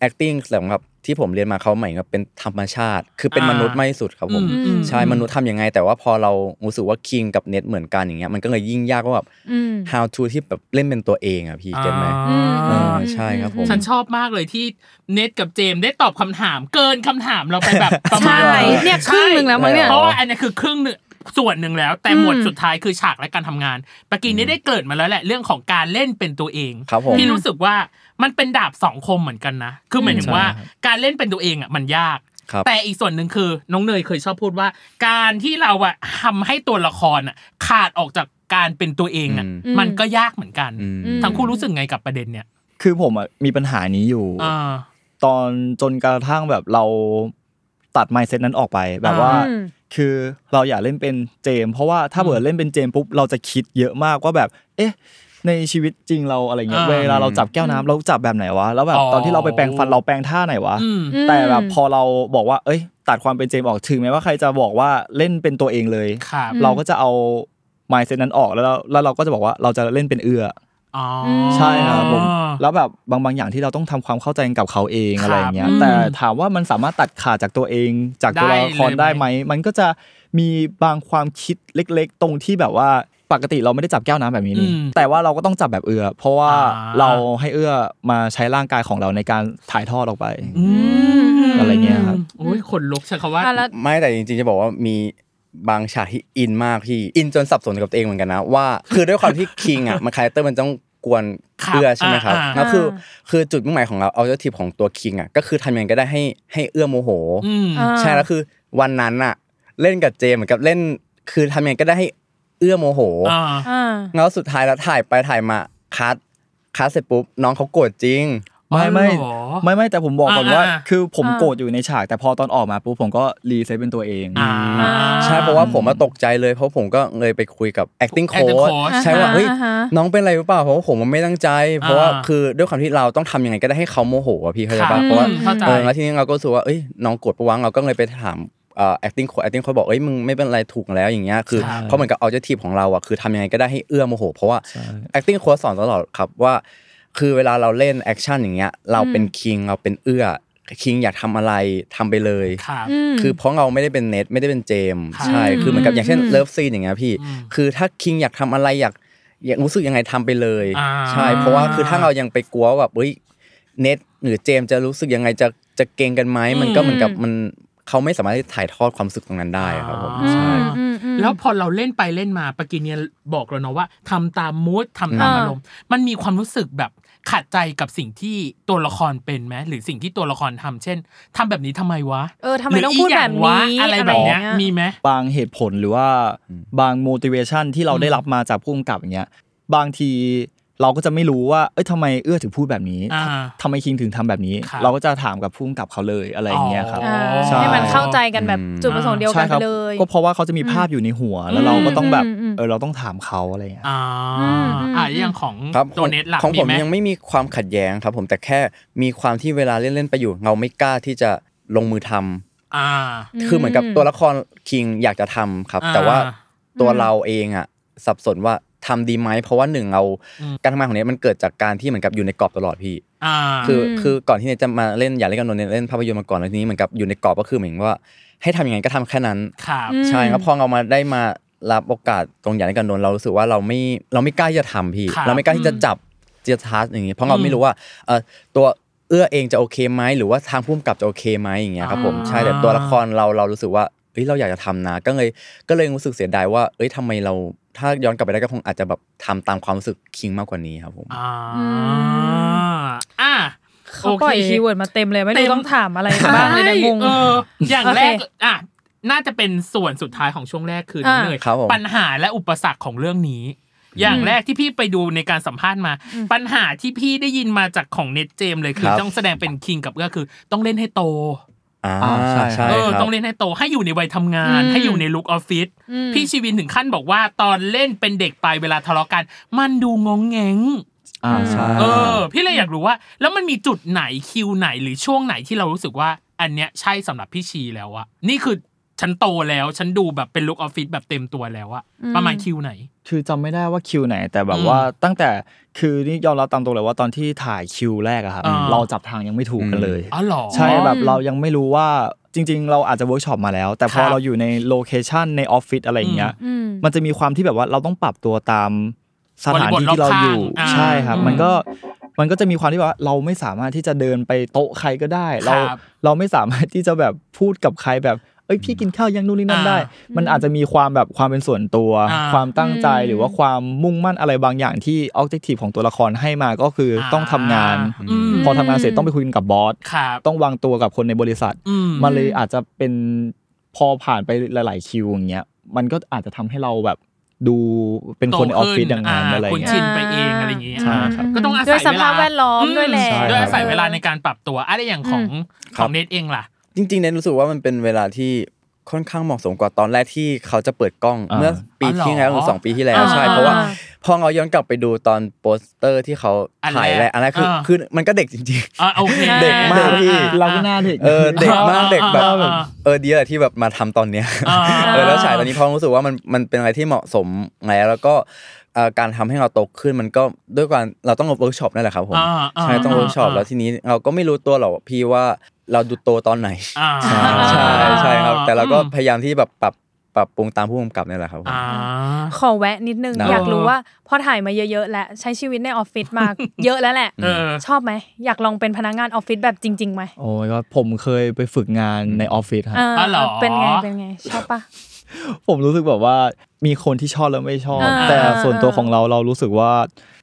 acting สำหรับที่ผมเรียนมาเขาหมายกับเป็นธรรมชาติ คือเป็น
อ่ามม
นุษย์มากที่สุดครับผม
อืม
ใช่มนุษย์ทำยังไง แต่ว่าพอเรารู้สึกว่าคิงกับเน็ตเหมือนกันอย่างเงี้ยมันก็เลยยิ่งยากว่าแบบ
อืม
how to ที่แบบเล่นเป็นตัวเองอ่ะพี่เก็ตไหม
อ่า
เออใช่ครับผม
ฉันชอบมากเลยที่เน็ตกับเจมส์ได้ตอบคำถาม เกินคำถามเราไป แบบ ประมาณ
ใช่เนี่ยครึ่งหนึ่งแล้วมั้งเนี่ย
เพราะว่าอันเนี้ยคือครึ่งหนึ่งส่วนหนึ่งแล้ว แต่หมวดสุดท้ายคือฉากและการทำงานปะกี้นี่ได้เกริดมาแล้วแหละเรื่องของการเล่นเป็นตัวเอง
ครับผม
พี่รู้สึกว่ามันเป็นดาบสองคมเหมือนกันนะคือหมายถึงว่าการเล่นเป็นตัวเองอ่ะมันยาก
ครับ
แต่อีกส่วนหนึ่งคือน้องเนยเคยชอบพูดว่า การที่เราอะทำให้ตัวละครอะขาดออกจากการเป็นตัวเองอะ
อืม
มันก็ยากเหมือนกัน
อืม
ทั้งคู่รู้สึกไงกับประเด็นเนี่ย
คือผมอ่ะมีปัญหานี้อยู่
อ่า
ตอนจนกระทั่งแบบเราตัดไมเซ็ตนั้นออกไปแบบว่า
อืม
คือเราอย่าเล่นเป็นเจมส์เพราะว่าถ้า
อืม
เกิดเล่นเป็นเจมส์ปุ๊บเราจะคิดเยอะมากว่าแบบ เอ๊ะ ในชีวิตจริงเราอะไรเงี้ย
อ่า
เวลาเราจับแก้วน้ำเราจับแบบไหนวะแล้วแบ
อ๋
บ
อ
ตอนที่เราไปแปรงฟันเราแปรงท่าไหนวะ
อืม
แต่แบบพอเราบอกว่า เอ้ย ตัดความเป็นเจมส์ออกถึงแม้ว่าใครจะบอกว่าเล่นเป็นตัวเองเลย
ครับ
เราก็จะเอาไมเซ็ตนั้นออกแล้วเราแล้วเราก็จะบอกว่าเราจะเล่นเป็นเอือ
อ๋อ
ใช่ครับผมแล้วแบบบางบางอย่างที่เราต้องทำความเข้าใจกับเขาเอง
ครับ
อะไรอย่างเงี้ย
อืม
แต่ถามว่ามันสามารถตัดขาดจากตัวเองจากตัว
ได้
ละคร
เลยไหม
ได้ไหม มันก็จะมีบางความคิดเล็ก ๆ ตรงที่แบบว่าปกติเราไม่ได้จับแก้วน้ำแบบนี้นี่
อืม
แต่ว่าเราก็ต้องจับแบบเอือ เพราะว่า
อ่า
เราให้เอื้อมาใช้ร่างกายของเราในการถ่ายทอดออกไป
อืม
อะไรเงี้ยครับ
โอ้ยขนลุกใช่คำว่า
อ่ะแล้ว
ไม่แต่จริงๆจะบอกว่ามีบางฉากที่อินมากพี่อินจนสับสนกับตัวเองเหมือนกันนะ ว่า คือด้วยความที่คิงอ่ะมันคาแรคเตอร์มันต้องกวน
ครับ
เพื่อใช่ไหมครับ
อ่าอ่า
แล้วคือคือจุดมุ่งหมายของเราเอาเจ้าทีของตัวคิงอ่ะก็คือทำยังไงก็ได้ให้ให้เอื้อโมโห
อืม
อ่า
ใช่แล้วคือวันนั้นอ่ะเล่นกับเจมเหมือนกับเล่น คือทำยังไงก็ได้ให้เอื้อโมโห
อ่า
อ่า
แล้วสุดท้ายแล้วถ่ายไปถ่ายมาคัดคัดเสร็จปุ๊บน้องเขาโกรธจริง
ไม่ไม่
อ๋อเหรอ
ไม่ไม่แต่ผมบอกก่อนว่า
อ่า
คือผมโกรธอยู่ในฉาก แต่พอตอนออกมาปุ๊บผมก็รีเซ็ตเป็นตัวเอง
อ่า
ใช่เพราะว่าผมมาตกใจเลยเพราะผมก็เลยไปคุยกับ acting
acting
coach
coach
ใช่ว่า
อ่าฮะ
เฮ้ย
อ่าฮะ
น้องเป็นอะไรหรือเปล่าเพราะว่าผมมันไม่ตั้งใจ เพราะว่าคือด้วยความที่เราต้องทำยังไงก็ได้ให้เขาโมโหอะพี่เข้าใจ
ครั
ป่ะ
บ
เพราะว่า
อืมเข้าใจ
เออแล้วทีนี้เราก็รู้สึกว่าเอ้ยน้องโกรธปะวังเราก็เลยไปถามเอ่อ acting coach acting coach บอกเอ้ยมึงไม่เป็นไรถูกแล้วอย่างเงี้ยคือ
ใช่
เขาเหมือนกับเอาเจ้าทีของเราอะคือทำยังไงก็ได้ให้เอื้อโมโห เพราะว่า acting coach สอนตลอดครับว่า คือเวลาเราเล่นแอคชั่นอย่างเงี้ยเราเป็นคิงเราเป็นเอื้อคิงอยากทำอะไรทำไปเลย
ครับ
คือเพราะเราไม่ได้เป็นเน็ตไม่ได้เป็นเจมส์
ครับ
ใช่คือเหมือนกับอย่างเช่นเลิฟซีนอย่างเงี้ยพี่
อืม
คือถ้าคิงอยากทำอะไรอยากอยากรู้สึกยังไงทำไปเลย
อ่า
ใช่เพราะว่าคือถ้าเรายังไปกลัวว่าแบบเฮ้ยเน็ตหรือเจมส์จะรู้สึกยังไงจะจะเกรงกันไหมมันก็เหมือนกับมันเขาไม่สามารถที่ถ่ายทอดความรู้สึกตรงนั้นได้ครับผมใช่
อืมอืม
แล้วพอเราเล่นไปเล่นมาปากินเนี่ยบอกเราเนาะว่าทำตามมูดทำตาม
อืม
อารมณ์มันมีความรู้สึกแบบขัดใจกับสิ่งที่ตัวละครเป็นไหมหรือสิ่งที่ตัวละครทำเช่นทำแบบนี้ทำไมวะ
เออทำไม
หรื
ต้องพูดแบบ
ก
นี้
ย่างวะอะไรแบบเนี้ย
อะไรอย่างเงี้ย
มีไหม
บางเหตุผลหรือว่า
อืม
บาง motivation ที่เราได้รับมาจากผู้กำกับอย่างเงี้ยบางทีเราก็จะไม่รู้ว่าเอ้ยทำไมเอื้อถึงพูดแบบนี้
อ่า
ทำไมคิงถึงทำแบบนี้
ครับ
เราก็จะถามกับผู้กำกับเขาเลยอะไรอย่างเงี้ยครับ
อ๋อ
ใช่
ให้มันเข้าใจกันแบบ
อืม
จุดประสงค์เดียวกัน
ใช่ครั
ไปเลย
ก็เพราะว่าเขาจะมีภาพอยู่ในหัว แล้วเราก็ต้องแบบ
อืมอืมอืม
เออเราต้องถามเขาอะไรอย่างเงี้ย
อ่าอ่าอย่างของ
ครับ
ตัวเน็ตหลัก
ของผม
ไห
ยังไม่มีความขัดแย้งครับ ผมแต่แค่มีความที่เวลาเล่นๆไปอยู่เราไม่กล้าที่จะลงมือทำ
อ่า
คือเหมือนกับตัวละครคิงอยากจะทำครับ
อ่า
แต่ว่าตัวเราเองอ่ะสับสนว่า ทำดีไหมเพราะว่าหนึ่งเราการทำงานของเนทมันเกิดจากการที่เหมือนกับอยู่ในกรอบตลอดพี่
อ่า
คืออ
ม
คือก่อนที่เนทจะมาเล่นอยากเล่นกับนนท์เนทเล่นภาพยนตร์มาก่อนแล้วทีนี้เหมือนกับอยู่ในกรอบก็คือเหมือนว่า ให้ทำอย่างนั้นก็ทำแค่นั้น
ครับ
อืม
ใช่ครับพอเรามาได้มารับโอกาสตรงอย่างในการโดนเรารู้สึกว่าเราไม่เราไม่กล้าที่จะทำพี่
ครับ
เราไม่กล้าที่จะจับจะทัสอย่างนี้เพราะเรา
อืม
ไม่รู้ว่าเออตัวเอื้อเองจะโอเคไหมหรือว่าทางผู้กำกับจะโอเคไหมอย่างเงี้ยครับผม
อ่า
ใช่แต่ตัวละครเราเรารู้สึกว่าเอ้ยเราอยากจะทำนะก็เลยก็เลยรู้สึกเสียดายว่า เอ้ยทำไมเรา ถ้าย้อนกลับไปได้ก็คงอาจจะแบบทำตามความรู้สึกคิงมากกว่านี้ครับผม
อ่า
อื
อ่ะ
เขาปล่อย
โ
คีย์เวิร์ดมาเต็มเลยไม่รู้ต้องถามอะไรบ้างเลยนะงง
เอออย่าง
โอเค
แรกอ่ะน่าจะเป็นส่วนสุดท้ายของช่วงแรกคือน้อง
อ่า
เนย
ครับผม
ปัญหาและอุปสรรคของเรื่องนี้ อย่างแรกที่พี่ไปดูในการสัมภาษณ์มา ปัญหาที่พี่ได้ยินมาจากของเน็ตเจมส์เลยคือ ต้องแสดงเป็นคิงกับก็คือ ต้องเล่นให้โต
อ่า
อ่าใช่
ใช่
เออ
ครับ
ต้องเล่นให้โตให้อยู่ในวัยทำงาน
อืม
ให้อยู่ในลุคออฟฟิศพี่ชีวินถึงขั้นบอกว่าตอนเล่นเป็นเด็กไปเวลาทะเลาะกัน มันดูงงแงง
อ่าใช่
เออพี่เลยอยากรู้ว่า แล้วมันมีจุดไหนคิวไหนหรือช่วงไหนที่เรารู้สึกว่า อันเนี้ยใช่สำหรับพี่ชีแล้วอะนี่คือฉันโตแล้วฉันดูแบบเป็นลุคออฟฟิศแบบเต็มตัวแล้วอะ
อืม
ประมาณคิวไหน
คือจำไม่ได้ว่าคิวไหน แต่แบ
อื
บ
ม
ว่าตั้งแต่คือนี่ยอมรับตามตรงเลยว่าตอนที่ถ่ายคิวแรกอะครับ
อ่า
เราจับทางยังไม่ถูกกันเลย
อ๋อเหรอ
ใช่แบบเรายังไม่รู้ว่าจริง ๆ เราอาจจะเวิร์กช็อปมาแล้ว แต่พ
ครั
อบ เราอยู่ในโลเคชันในออฟฟิศอะไรอย่างเงี้ย
อืม
มันจะมีความที่แบบว่าเราต้องปรับตัวตามสถานที่ที่เราอยู่
บริบทรอบข้าง
ใช่ครับ
อ่ามั
มันก็มันก็จะมีความที่แบบว่าเราไม่สามารถที่จะเดินไปโต๊ะใครก็ได้
ครั
เรา
บ
เราไม่สามารถที่จะแบบพูดกับใครแบบเอ้ยพี่กินข้าวยังนู่นนี่นั่นได้
อ่
มันอาจจะมีความแบบความเป็นส่วนตัว
อ่า
ความตั้งใจ
อืม
หรือว่าความมุ่งมั่นอะไรบางอย่างที่ออบเจกตีของตัวละครให้มาก็คืออาต้องทำงาน
อืม
พอทำงานเสร็จต้องไปคุยกับบอส
ครับ
ต้องวางตัวกับคนในบริษัท
อืม
มันเลยอาจจะเป็นพอผ่านไปหลาย ๆ คิวอย่างเงี้ย มันก็อาจจะทำให้เราแบบดูเป็นคนในออฟฟิศอย่างนั้นอะไร
คุณ
เงี้
ชิ
ย
นไปเองอะไรอย่างเงี้ย
ใช่ครับ
ก็ต้องอาศัย
ด้วยสภาพแวดล้อม
เา
ด้วยแหละ
ใช่
ด้วยอาศัยเวลาในการปรับตัวอะไรอย่างของข
ครั
อบ งเน็ตเองล่ะ
จริงๆเนนรู้สึกว่ามันเป็นเวลาที่ค่อนข้างเหมาะสมกว่าตอนแรกที่เขาจะเปิดกล้อง
อ่า
เมื่อปีที่แล้วหรือสองปีที่แล้วใช่
อ่า
เพราะว่า
อ่า
พอเราย้อนกลับไปดูตอนโปสเตอร์ที่เขาถ่าย
อัน
แร
แร
ก
ก
อันแรกคืออา คือมันก็เด็กจริง
อ่ะโอเค
เด็กมากพี่
อ่ะ
เราก็หน้าเด็ก
ๆ เออเด็กมากเด็กแบบ
อ่ะ
เออดีแหละที่แบบมาทำตอนเนี้ย
อ่า
เออแล้วฉายตอนนี้เพอรู้สึกว่ามันมันเป็นอะไรที่เหมาะสมแล้วแล้วก็เอ่อการทำให้เราโตขึ้นมันก็ด้วยการเราต้องเวิร์กช็อปนั่นแหละครับผม
อ่าอ่า
ใช่ต้องเวิร์กช็อป
า
แล้วทีนี้เราก็ไม่รู้ตัวหรอกพี่ว่าเราดูโตตอนไหน
อ่า
ใช่ใช่ครับ แต่เราก็
อืม
พยายามที่แบบปรับปรับปรุงตามผู้กำกับเนี่ยแหละครับผม
อ่า
ขอแวะนิดนึง
ได้
อยากรู้ว่าพอถ่ายมาเยอะๆแล้วใช้ชีวิตในออฟฟิศมา เยอะแล้วแหละ
เออ
ชอบไหม อยากลองเป็นพนักงานออฟฟิศแบบจริงๆไหม
โอ้ยก็ผมเคยไปฝึกงานในออฟฟิศครับ
อ
อเหรอ
เป็นไงเป็นไง ชอบปะ
ผมรู้สึกแบบว่ามีคนที่ชอบแล้วไม่ชอบ
อ่า
แต่ส่วนตัวของเราเรารู้สึกว่า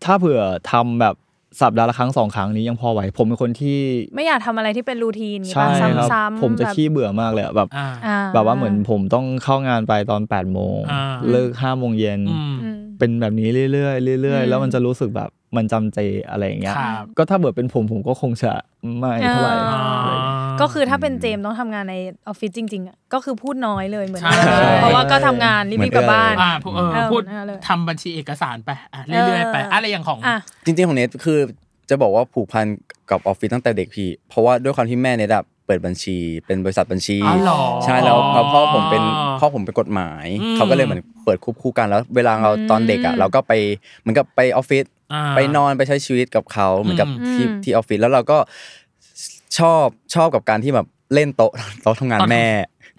ถ้าเผื่อทำแบบสัปดาห์ละครั้งสองครั้งนี้ยังพอไหว ผมเป็นคนที่
ไม่อยากทำอะไรที่เป็นรูทีนอย่างงี้
ใช่
ปะ
ครับ
ซ้ำๆ
ผมจะ
แบบ
ขี้เบื่อมากเลยอะแบบ
อ่า
อ่
แบบว่าเหมือนผมต้องเข้างานไปตอน8ปดโมง
อ่า
เลิก5้าโมงเย็น
อืม
อืม
เป็นแบบนี้เรื่อยๆเรื่อย
อืม
ๆแล้วมันจะรู้สึกแบบมันจำเจอะไรอย่างเงี้ย
ครับ
ก็ถ้าเบิดเป็นผมผมก็คงจะไม่เท่าไหร่
อ่า
อะไรอย่างเงี้ย
ก็คือถ้าเป็นเจมส์ต้องทำงานในออฟฟิศจริงๆอ่ะก็คือพูดน้อยเลยเหมือน
ใช่
เพราะว่าก็ทำงานรีบๆกลับบ้าน
อ่าพูดเออ
เอา
พูด
เอาเลย
ทำบัญชีเอกสารไปอ่ะเรื่อยๆไป
เอออ
อะไรอย่างของ
อ่ะ
จริงๆของเนทคือจะบอกว่าผูกพันกับออฟฟิศตั้งแต่เด็กพี่ เพราะว่าด้วยความที่แม่เนทอะเปิดบัญชี เป็นบริษัทบัญชี
อ๋อเหรอ
ใช่แล้วแล้วพ่อผมเป็นพ่อผมเป็นกฎหมาย
อืม
เขาก็เลยเหมือนเปิดควบคู่กันแล้ว เวลาเราตอนเด็ก
อื
อะ
ม
เราก็ไปเหมือนกับไปออฟฟิศ
อ่า
ไปนอนไปใช้ชีวิตกับเขาเหมือนกับ
อืม
ที่
อืม
ที่ออฟฟิศแล้วเราก็ชอบชอบกับการที่แบบเล่นโต๊ะโต๊ะทำงานแม่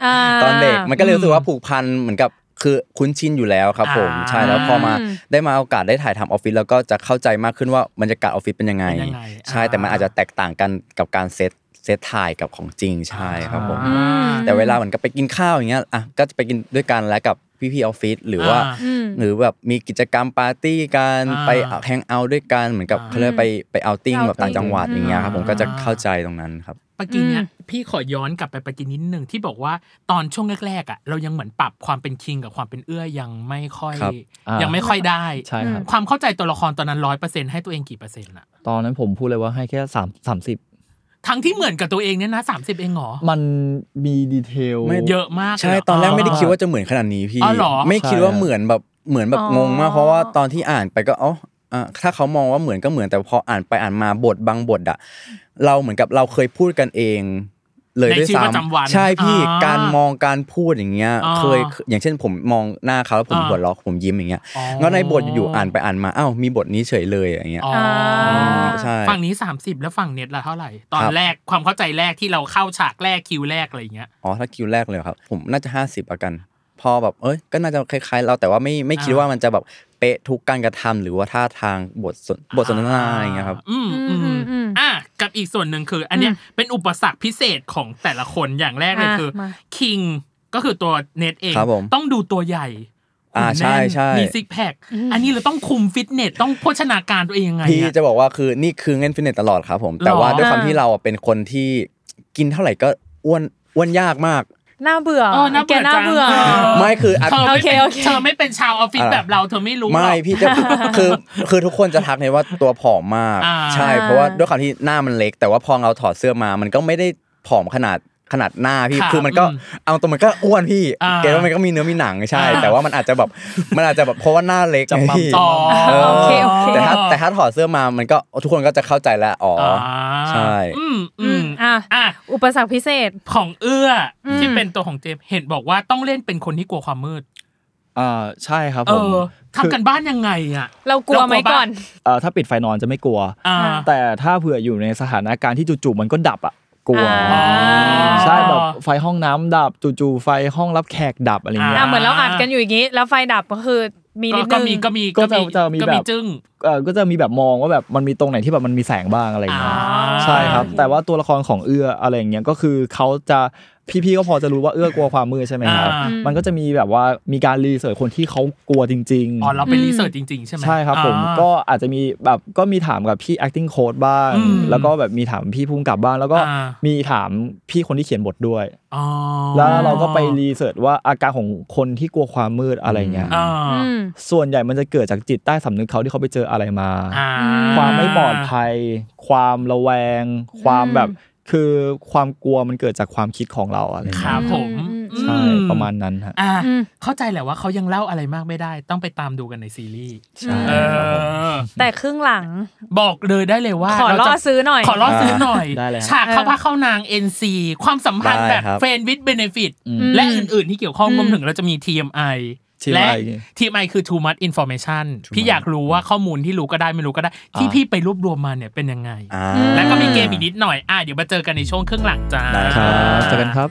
อ่า
ตอนเด็กมันก็เลยรู้สึกว่า
อืม
ผูกพันเหมือนกับคือคุ้นชินอยู่แล้วครับผม
อ่า
ใช่แล้วพอมา
อืม
ได้มาโอกาสได้ถ่ายทำออฟฟิศแล้วก็จะเข้าใจมากขึ้นว่าบรรยากาศออฟฟิศเป็นยังไง
เป็นยังไง
ใช่แต่มันอาจจะแตกต่างกันกับการเซตเซตถ่ายกับของจริงใช่ครับผม
อ่า
แต่เวลาเหมือนกับไปกินข้าวอย่างเงี้ยอ่ะก็จะไปกินด้วยกันและกับพี่ๆออฟฟิศหรือว่า
อืม
หรือแบบมีกิจกรรมปาร์ตี้กัน
อ่า
ไปแฮงเอาท์ด้วยกันเหมือนกับ
อ่า
เขาเรียกไปไปเอาติ้งแบบต่างจังหวัดอย่างเงี้ยครับผมก็จะ
อ่า
เข้าใจตรงนั้นครับ
ปากินเนี่ย
อืม
พี่ขอย้อนกลับไปปากินนิดนึงที่บอกว่าตอนช่วงแรกๆอ่ะเรายังเหมือนปรับความเป็นคิงกับความเป็นเอื้อยังไม่ค่อย
ครับ
อ่ายั
ยังไม่ค่อยได้
ใช่ครับ
ความเข้าใจตัวละครตอนนั้นร้อยเปอร์เซ็นต์ให้ตัวเองกี่เปอร์เซ็นต์อะ
ตอนนั้นผมพูดเลยว่าให้แค่สามสามสิบ
ทั้งที่เหมือนกับตัวเองเนี่ยนะสามสิบเองเหรอ
มันมีดีเทล
ไม่
เยอะมากเลย
ใช่
เหร
ตอนแรกไม่ได้คิดว่าจะเหมือนขนาดนี้พี่
อ๋อเหรอ
ไม่คิดว่า
ใช่
เหมือนแบบเหมือนแบบ
อ๋อง
งมากเพราะว่าตอนที่อ่านไปก็อ๋ออ่ะถ้าเขามองว่าเหมือนก็เหมือนแต่พออ่านไปอ่านมาบทบางบทอะเราเหมือนกับเราเคยพูดกันเอง
เลย
ใน
ด้วย
ชีวิตประจำวัน
ซ้ำใช่พี่
อ่า
การมองการพูดอย่างเงี้ย
อ่า
เคยอย่างเช่นผมมองหน้าเขาแล้วผม
อ่า
หัวเราะผมยิ้มอย่างเงี้ยแล้วในบทอยู่ๆอ่านไปอ่านมาอ้าวมีบทนี้เฉยเลยอย่างเงี้ย
อ๋อ
ม
อ
ใช่
ฝั่งนี้ 30 แล้วฝั่งเน็ตละเท่าไหร่ ตอนแรกความเข้าใจแรกที่เราเข้าฉากแรกคิวแรกอะไรอย่างเงี้ย
อ๋อถ้าคิวแรกเลยเหรอครับ ผมน่าจะ 50ละกัน พอแบบเอ้ยก็น่าจะคล้ายๆ เราแต่ว่าไม่ไม่คิด
อ่า
ว่ามันจะแบบเป๊ะทุกการกระทำหรือว่าท่าทางบทสนบทสนทนาอะไรอย่างเงี้ยครับ
อืมอื
อื
ม
มอืม
อ่ะกับอีกส่วนหนึ่งคือ อันเนี้ยเป็นอุปสรรคพิเศษของแต่ละคนอย่างแรกเลย
อ่ะ
คือ
มา
คิงก็คือตัวเน็ตเอง
ครับผม
ต้องดูตัวใหญ่
อ่า
หุ่น
ใช่
แน่น
ใช่
มีซิกแพคอันนี้เราต้องคุมฟิตเนสต้องโภชนาการตัวเองยังไง
พี่
อะ
จะบอกว่าคือนี่คือเงินฟิตเนสตลอดครับผม แต่ว่าด้วยความที่เราอ่ะเป็นคนที่กินเท่าไหร่ก็อ้วนอ้วนยากมาก
น่าเบื่อ
เออน่าเบื่อ
แกน่าเบื่อ
จัง
ไม่คืออ่ะ
เธอไม่เป็น
โอเคโอเค
เธอไม่เป็นชาวออฟฟิศ
อ่ะ
แบบเราเธอไม่รู้หรอก
ไม่พี่จะ คือคือทุกคนจะทักเลยว่าตัวผอมมาก
อ่า
ใช่เพราะว่าด้วยความที่หน้ามันเล็ก แต่ว่าพอเราถอดเสื้อมา มันก็ไม่ได้ผอมขนาดขนาดหน้าพี่
ค่ะ
คือมันก็
อืม
เอาตรงมันก็อ้วนพี่
อ่า
เกว่ามันก็มีเนื้อมีหนังใช่
อ่า
แต่ว่ามันอาจจะแบบมันอาจจะแบบเพราะว่าหน้าเล็ก
จะ
ไง
ปั๊ม
พี่
ต่
อ
เออ
โอเคโอเค
แต่ถ้าแต่ถ้าถอดเสื้อมามันก็ทุกคนก็จะเข้าใจแล้วอ๋ออ
า
ใช่
อืมอื
อื
ม
มอ่ะ
อ่ะ
อุปสรรคพิเศษ
ของเอื้ออ
ม
ที่เป็นตัวของเจมส์เห็นบอกว่าต้องเล่นเป็นคนที่กลัวความมืด
อ่าใช่ครับ
เอ
ผม
อทำกันบ้านยังไงอ่ะ
เรากลัวไหมก่อน
เอ่อถ้าปิดไฟนอนจะไม่กลัว
อ่า
แต่ถ้าเผื่ออยู่ในสถานการณ์ที่จู่ๆมันก็ดับอ่ะกลัว
อ่า
ใช่แบบไฟห้องน้ำดับจู่ๆไฟห้องรับแขกดับอะไรเงี้
อ่ะ
ย
า
เหมือนเราอัดกันอยู่อย่างนี้ แล้วไฟดับก็คือมีนิด
ก็
นึง
มีก็มี
ก็จะจะมี
ก็
แบ
มี
บ
จึ้ง
เออก็จะมีแบบมองว่าแบบมันมีตรงไหนที่แบบมันมีแสงบ้างอะไรเงี้ย
อ่า
ใช่ครับ แต่ว่าตัวละครของเอื้ออะไรอย่างเงี้ยก็คือเขาจะพี่ๆก็พอจะรู้ว่าเอื้อกลัวความมืดใช่ไหมครับ
อ่า
มันก็จะมีแบบว่ามีการรีเสิร์ชคนที่เขากลัวจริง
อ๋อเราไป
อืม
รีเสิร์ชจริง ๆ ใช่ไหม
ๆ ใช่ครับผม
อ่า
ก็อาจจะมีแบบก็มีถามกับพี่ acting coach บ้าง
อืม
แล้วก็แบบมีถามพี่ภูมิกับบ้าง แล้วก็
อ่า
มีถามพี่คนที่เขียนบทด้วย
อ๋อ
แล้วเราก็ไปรีเสิร์ชว่าอาการของคนที่กลัวความมืดอะไรเงี้ย
อ่า
อืม
ส่วนใหญ่มันจะเกิดจากจิตใต้สำนึกเขาที่เขาไปเจออะไรมา
อ่า
ความไม่ปลอดภัย ความระแวง ความแบบ คือความกลัวมันเกิดจากความคิดของเราอะไร
ค
เงี้
รับ
ย
ผม
ใช่
อื
ประมาณนั้นฮะ
อ่า
อืม
เข้าใจแหละว่าเขายังเล่าอะไรมากไม่ได้ ต้องไปตามดูกันในซีรีส์
ใช่
เอ
ครับผม
อ
แต่ครึ่งหลัง
บอกเลยได้เลยว่า
ขอ
เรา
ล่อ
จะ
ซื้อหน่อย
ขอล่อซื้อหน่อย
ได้เลยฮะ
ฉากเข้าพระเข้านาง NC ความสัมพันธ์
ได้
แบบ
ครับ
เฟรนวิดเบเนฟิต
อืม
และอื่น ๆ ที่เกี่ยวข้อง
อืม
รวมถึงเราจะมี TMI และ
TMI
TMI คือ too much information พี่อยากรู้ว่าข้อมูลที่รู้ก็ได้ไม่รู้ก็ได้ ที่พี่ไปรวบรวมมาเนี่ยเป็นยังไง
อ่า
แล้วก็มีเกมอีกนิดหน่อย อ่ะเดี๋ยวมาเจอกันในช่วงครึ่งหลังจ้า
ได้
ครับเจอกันครับ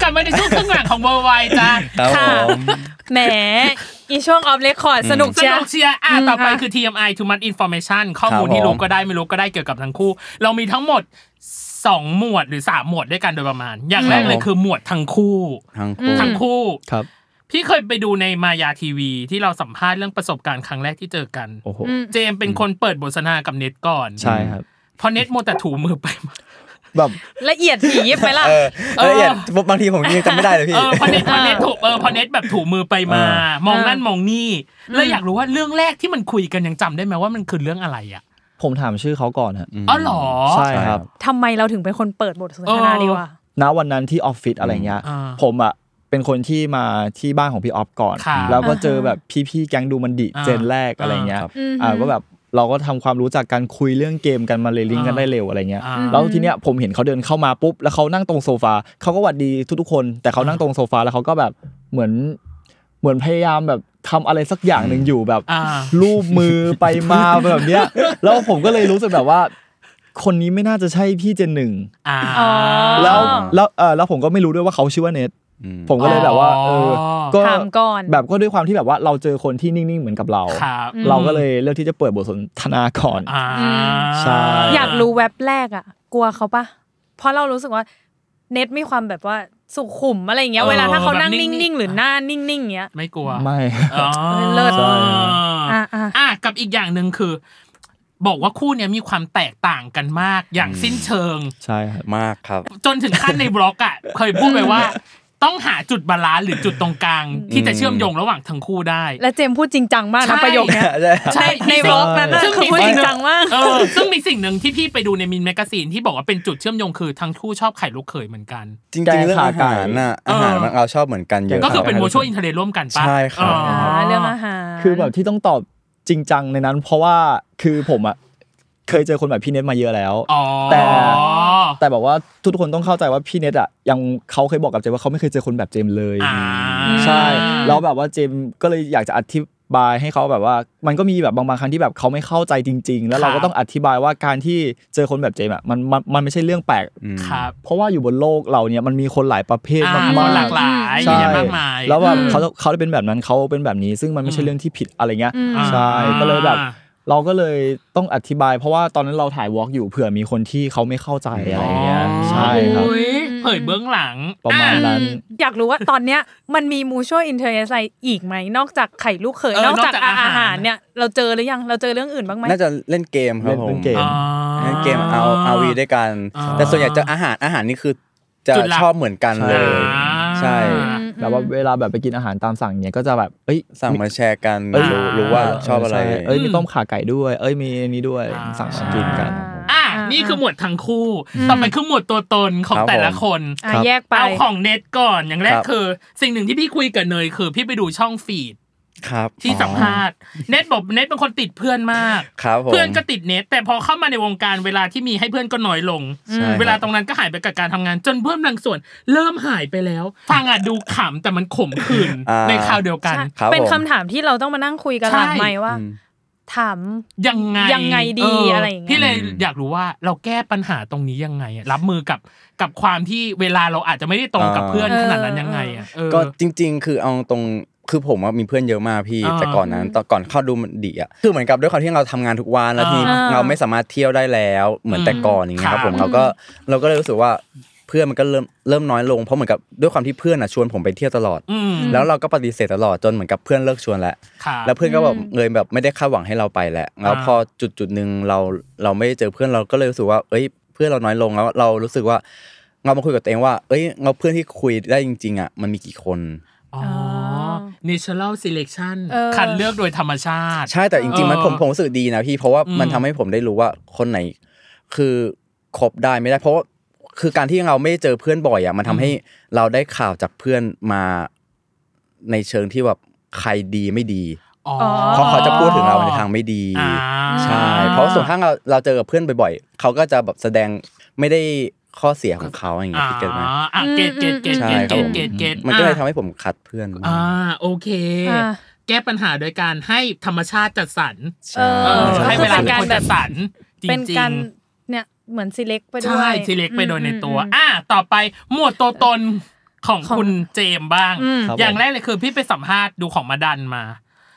กลับมาในช่วงครึ่งหลังของ Worldwide จ้า
ครับผ
ค่ะ
ม
แหม อีช่วงออฟเลคคอร์ดสนุก
ส
เชีย
นุ
ว
กเชียร์อ่ะ
อืม
ต่อไป
อ่ะ
คือ TMI too much information ข้อมูล
ครับ
ที่รู้
ผม
ก็ได้ไม่รู้ก็ได้เกี่ยวกับทั้งคู่ เรามีทั้งหมดสองหมวดหรือสามหมวดด้วยกันโดยประมาณ อย่างแรกเลยคือหมวดทั้งคู่
ทั้งคู่
ทั้งคู่
ครับ
พี่เคยไปดูในมายาทีวีที่เราสัมภาษณ์เรื่องประสบการณ์ครั้งแรกที่เจอกัน
โอ้โห
เจมส์เป็นคนเปิดบทสนทนากับเน็ตก่อน
ใช่ครับ
เพราะเน็ตโมวแต่ถูมือไปมา
แบบ
ละเอียดถี่ยิบไหมล่ะ
เออละเอียดบางทีผมยังจำไม่ได้เลยพี่
เออเพอเน็ตเพอเน็ตถูกเออเพอเน็ตแบบถูมือไปมา มองนั่นมองนี่เลยอยากรู้ว่าเรื่องแรกที่มันคุยกันยังจำได้ไหมว่ามันคือเรื่องอะไรอ่ะ
ผมถามชื่อเขาก่อนฮะ
อ๋อเหรอ
ใช่ครับ
ทำไมเราถึงเป็นคนเปิดบทสนทนา
เออ
ดีวะ
ณวันนั้นที่ออฟฟิศอะไรเงี้ย
อ่า
ผมอ่ะเป็นคนที่มาที่บ้านของพี่ออฟก่อน
ครับ
แล้วก็เจอแบบ พี่ๆแก๊งดูมันดิ
อ่า
เจนแรกอะไรเงี้ย
ครับ
อ่าก็แบบเราก็ทำความรู้จักกันคุยเรื่องเกมกันมาเลยลิงก์กันได้เร็วอะไรเงี้ย
อ่า
แล้วทีเนี้ยผมเห็นเขาเดินเข้ามาปุ๊บแล้วเขานั่งตรงโซฟาเขาก็หวัดดีทุกๆคน แต่เขานั่งตรงโซฟาแล้วเขาก็แบบเหมือนเหมือนพยายามแบบทำอะไรสักอย่างหนึ่งอยู่แบบ
อ่า
ลูบมือไปมาแบบเนี้ย แล้วผมก็เลยรู้สึกแบบว่า คนนี้ไม่น่าจะใช่พี่เจนหนึ่ง
อ่า
อ๋อ
แล้วแล้วเออแล้วผมก็ไม่รู้ด้วยว่าเขาชื่อว่าเนท
อืม
ผมก็เลยแบบว่าเออ
อ๋อ
ก็
ถามก่อน
แบบก็ด้วยความที่แบบว่าเราเจอคนที่นิ่งๆเหมือนกับเรา
ครับ
เราก็เลยเลือกที่จะเปิดบทสนทนาก่อน
อ่า
ใช่
อยากรู้แว็บแรกอ่ะ กลัวเขาปะเพราะเรารู้สึกว่า เน็ตมีความแบบว่าสุขุมอะไรอย่างเงี้ย
เออ
เวลาถ้าเขานั่ง
แบบนิ่งๆ
นิ่งๆหรือหน้านิ่งๆเงี้ย
ไม่กลัว
ไม่
อ๋อ
เลิศ
ใช่
อ่ะอ่ะ
อ่ะกับอีกอย่างหนึ่งคือ บอกว่าคู่เนี้ยมีความแตกต่างกันมากอย่างสิ้นเชิง
ใช่ครับ
มากครับ
จนถึงขั้นในบล็อกอ่ะ เคยพูดไป ว่า ต้องหาจุดบาลานซ์หรือจุดตรงกลาง ที่จะเชื่อมโยงระหว่างทั้งคู่ได้
และเจมส์พูดจริงจังมาก
ใช่
นะประโยคเนี้ย
ใช่
ในบล็อกนั้นน่ะ
ซึ่ง
คือ
มี
พูดจ
สิ่
ริง
งห
จั
นึ่
ง
ง
มาก
เออซึ่งมีสิ่งหนึ่งที่พี่ไปดูในมินแมกซีนที่บอกว่าเป็นจุดเชื่อมโยงคือทั้งคู่ชอบไข่ลูกเขยเหมือนกัน
จริงๆเรื่องอาหารน่ะ
แกงขาไก่
อาหารมันเราชอบเหมือนกันเยอะ
ก็คือเป็นโมชั่วอินเทอร์เนร่วมกันปะ
ใช่ครับ
อ๋อ
อ่า
อ
เรื่องอาหาร
คือแบบที่ต้องตอบจริงจังในนั้น เพราะว่าคือผมอ่ะเคยเจอคนแบบพี่เน็ตมาเยอะแล้ว
อ๋อ
แต่ แต่แบบว่าทุกคนต้องเข้าใจว่าพี่เน็ตอ่ะยังเขาเคยบอกกับเจมว่าเขาไม่เคยเจอคนแบบเจมเลย
อ่า
ใช่แล้วแบบว่าเจมส์ก็เลยอยากจะอธิบายให้เขาแบบว่า มันก็มีแบบบางๆครั้งที่แบบเขาไม่เข้าใจจริง ๆ แล้วเราก็ต้องอธิบายว่าการที่เจอคนแบบเจมส์อะมันมันมันไม่ใช่เรื่องแปลก
อืม
ครับ
เพราะว่าอยู่บนโลกเราเนี่ยมันมีคนหลายประเภท
อ่า
มา
คนหลาก กหลาย
ๆ
เย
ใช่
อะแยะมากมาย
แล้วแบบเขาเขาได้เป็นแบบนั้นเขาเป็นแบบนี้ซึ่งมันไม่ใช่เรื่องที่ผิดอะไรเงี้ย
อ่า
ใช่ก็เลยแบบ เราก็เลยต้องอธิบาย เพราะว่าตอนนั้นเราถ่ายวอล์กอยู่เผื่อมีคนที่เขาไม่เข้าใจอะไรเงี้ยใช่ครับ
อุ๊ยเผยเบื้องหลัง
ประมาณ
อ่
นั้น
อยากรู้ว่าตอนเนี้ยมันมีมูชั่วอินเทอร์เนอะไรอีกไหมนอกจากไข่ลูกเขย
เออน น
อ
อก ก
จา
จาก ก
อาหา
อาหาร ร
เนี่ย เราเจอหรือยังเราเจอเรื่องอื่นบ้างไหม
น่าจะเล่นเกมครับผ
เล่
ม
นเก
อ่า
เล่นเกมเอาเอาวีด้วยกัน
อ่า
แต่ส่วนใหญ่จะอาหารอาหารนี่คือจะ
จุดหลัก
ชอบเหมือนกันเลย
อ่า
ใช่
แบบว่าเวลาแบบไปกินอาหารตามสั่งเนี่ยก็จะแบบเอ้ย
สั่งมาแชร์กัน
เอ้ย
รู้รู้ว่าชอบอะไร
ใเอ้ยมีต้มข่าไก่ด้วย เอ้ยมีอันนี้ด้วย
อ่า
สั่งมากินกัน
อ่ะนี่คือหมวดทั้งคู่ ต่อไปคือหมวดตัวตนของ
ครับ
แต่ละ
ผม
คน
อ่ะแยกไป
เอาของเน็ตก่อนอย่างแรก
ครับ
คือ สิ่งหนึ่งที่พี่คุยกับเนยคือ พี่ไปดูช่องฟีด
ครับ
ที่สัมภาษณ์เน็ตบอกเน็ตเป็นคนติดเพื่อนมาก
ครับผม
เพื่อนก็ติดเน็ตแต่พอเข้ามาในวงการเวลาที่มีให้เพื่อนก็น้อยลง
ใช่ครับ
เวลาตรงนั้นก็หายไปกับการทำงาน จนเพื่อนบางส่วน เริ่มหายไปแล้ว ฟังอ่ะดูขำแต่มันขมขื่น
อ่า
ในคราวเดียวกัน
ครับ
เป็น
ผม
คำถามที่เราต้องมานั่งคุยกันหลัง
ใช่
ไหมค์ว่า ถาม
ยังไง
ยังไงดีอะไรอย่างเงี้ย
พี่เลยอยากรู้ว่าเราแก้ปัญหาตรงนี้ยังไงอะรับมือกับกับความที่เวลาเราอาจจะไม่ได้ตรงกับเพื่อนขนาดนั้นยังไงอ่ะเออ
ก็จริง ๆ คือเอาตรงคือผมอะมีเพื่อนเยอะมากพี่
อ่า
แต่ก่อนนั้นตอนก่อนเข้าดูมันดีอ่ะคือเหมือนกับด้วยความที่เราทำงานทุกวันแล้ว
อ่า
ทีเราไม่สามารถเที่ยวได้แล้ว เหมือนแต่ก่อนอย่างเงี้ยครับ
ค่ะ
ผมเราก็เราก็เลยรู้สึกว่าเพื่อนมันก็เริ่มเริ่มน้อยลงเพราะเหมือนกับด้วยความที่เพื่อนอ่ะชวนผมไปเที่ยวตลอด
อืม
แล้วเราก็ปฏิเสธตลอดจนเหมือนกับเพื่อนเลิกชวนแล้ว
ค่ะ
แล้วเพื่อนก็แบบเลยแบบไม่ได้คาดหวังให้เราไปแหละแล้ว
อ่า
พอจุดจุดหนึ่งเราเราไม่ได้เจอเพื่อนเราก็เลยรู้สึกว่า เอ้ย เพื่อนเราน้อยลงแล้วเรารู้สึกว่าเรามาคุยกับตัวเองว่า เอ้ยเราเพื่อนที่คุยได้จริง ๆอ่ะมันมีกี่คน
อ๋อ natural selection
เออ
คัดเลือกโดยธรรมชาติ
ใช่แต่จริงๆมัน
เออ
ผมผมรู้สึกดีนะพี่เพราะว่า
อืม
มันทำให้ผมได้รู้ว่าคนไหนคือคบได้ไม่ได้ เพราะว่าคือการที่เราไม่ได้เจอเพื่อนบ่อยอ่ะมันทำให้เราได้ข่าวจากเพื่อนมาในเชิงที่แบบใครดีไม่ดี เพราะเขาจะพูดถึงเราในทางไม่ดี
อ่า
ใช่ เพราะส่วนข้างเราเราเจอกับเพื่อนบ่อยๆ เขาก็จะแบบแสดงไม่ได้ข้อเสียของเขาอย่างเงี้ยพี่เก็ตไหม
อ่าอ่ะเกตเกตเกต
ใช่
เกต
ครับผม
เกตเกต
มันก็เลยทำให้ผมคัดเพื่อน
อ่าโอเค
อ่า
แก้ปัญหาโดยการให้ธรรมชาติจัดสรร
ใช่
เออ
ช่
ให้
ค
เว
บ
ลา
ผม
เป็นคนจัดสรรจริงๆ
เป็นการเนี่ยเหมือนซีเล็กไปด้วย
ใช่ทีเล็กไปโดยในตัว
อืม
อ่าต่อไปหมวดตัวตนของ
ของ
คุณเจมส์บ้าง
อืม
ครับ
อย่าง
ผม
แรกเลยคือพี่ไปสัมภาษณ์ดูของมาดันมา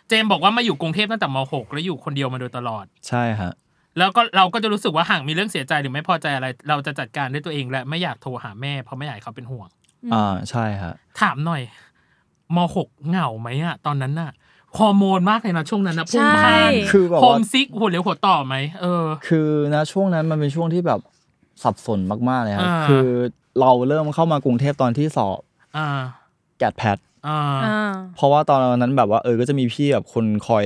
เจมส์บอกว่ามาอยู่กรุงเทพตั้งแต่ม .6 แล้วอยู่คนเดียวมาโดยตลอด
ใช่ฮะ
แล้วก็เราก็จะรู้สึกว่าห่างมีเรื่องเสียใจหรือไม่พอใจอะไร เราจะจัดการด้วยตัวเองและไม่อยากโทรหาแม่เพราะไม่อยากให้เขาเป็นห่วง
อ่าใช่ฮะ
ถามหน่อยมหกเหงาไหมอะตอนนั้นน่ะฮอร์โมนมากเลยนะช่วงนั้นนะพุ่งพล่าน
ใช่
คือแบบว่า
โฮมซิกหัวเลี้ยวหัวต่อไหมเออ
คือนะช่วงนั้นมันเป็นช่วงที่แบบสับสนมากๆเลยครับ
อ่า
คือเราเริ่มเข้ามากรุงเทพตอนที่สอบ
อ่า
แกดแพด
อ่า
อ่า
เพราะว่าตอนนั้นแบบว่าเออก็จะมีพี่แบบคนคอย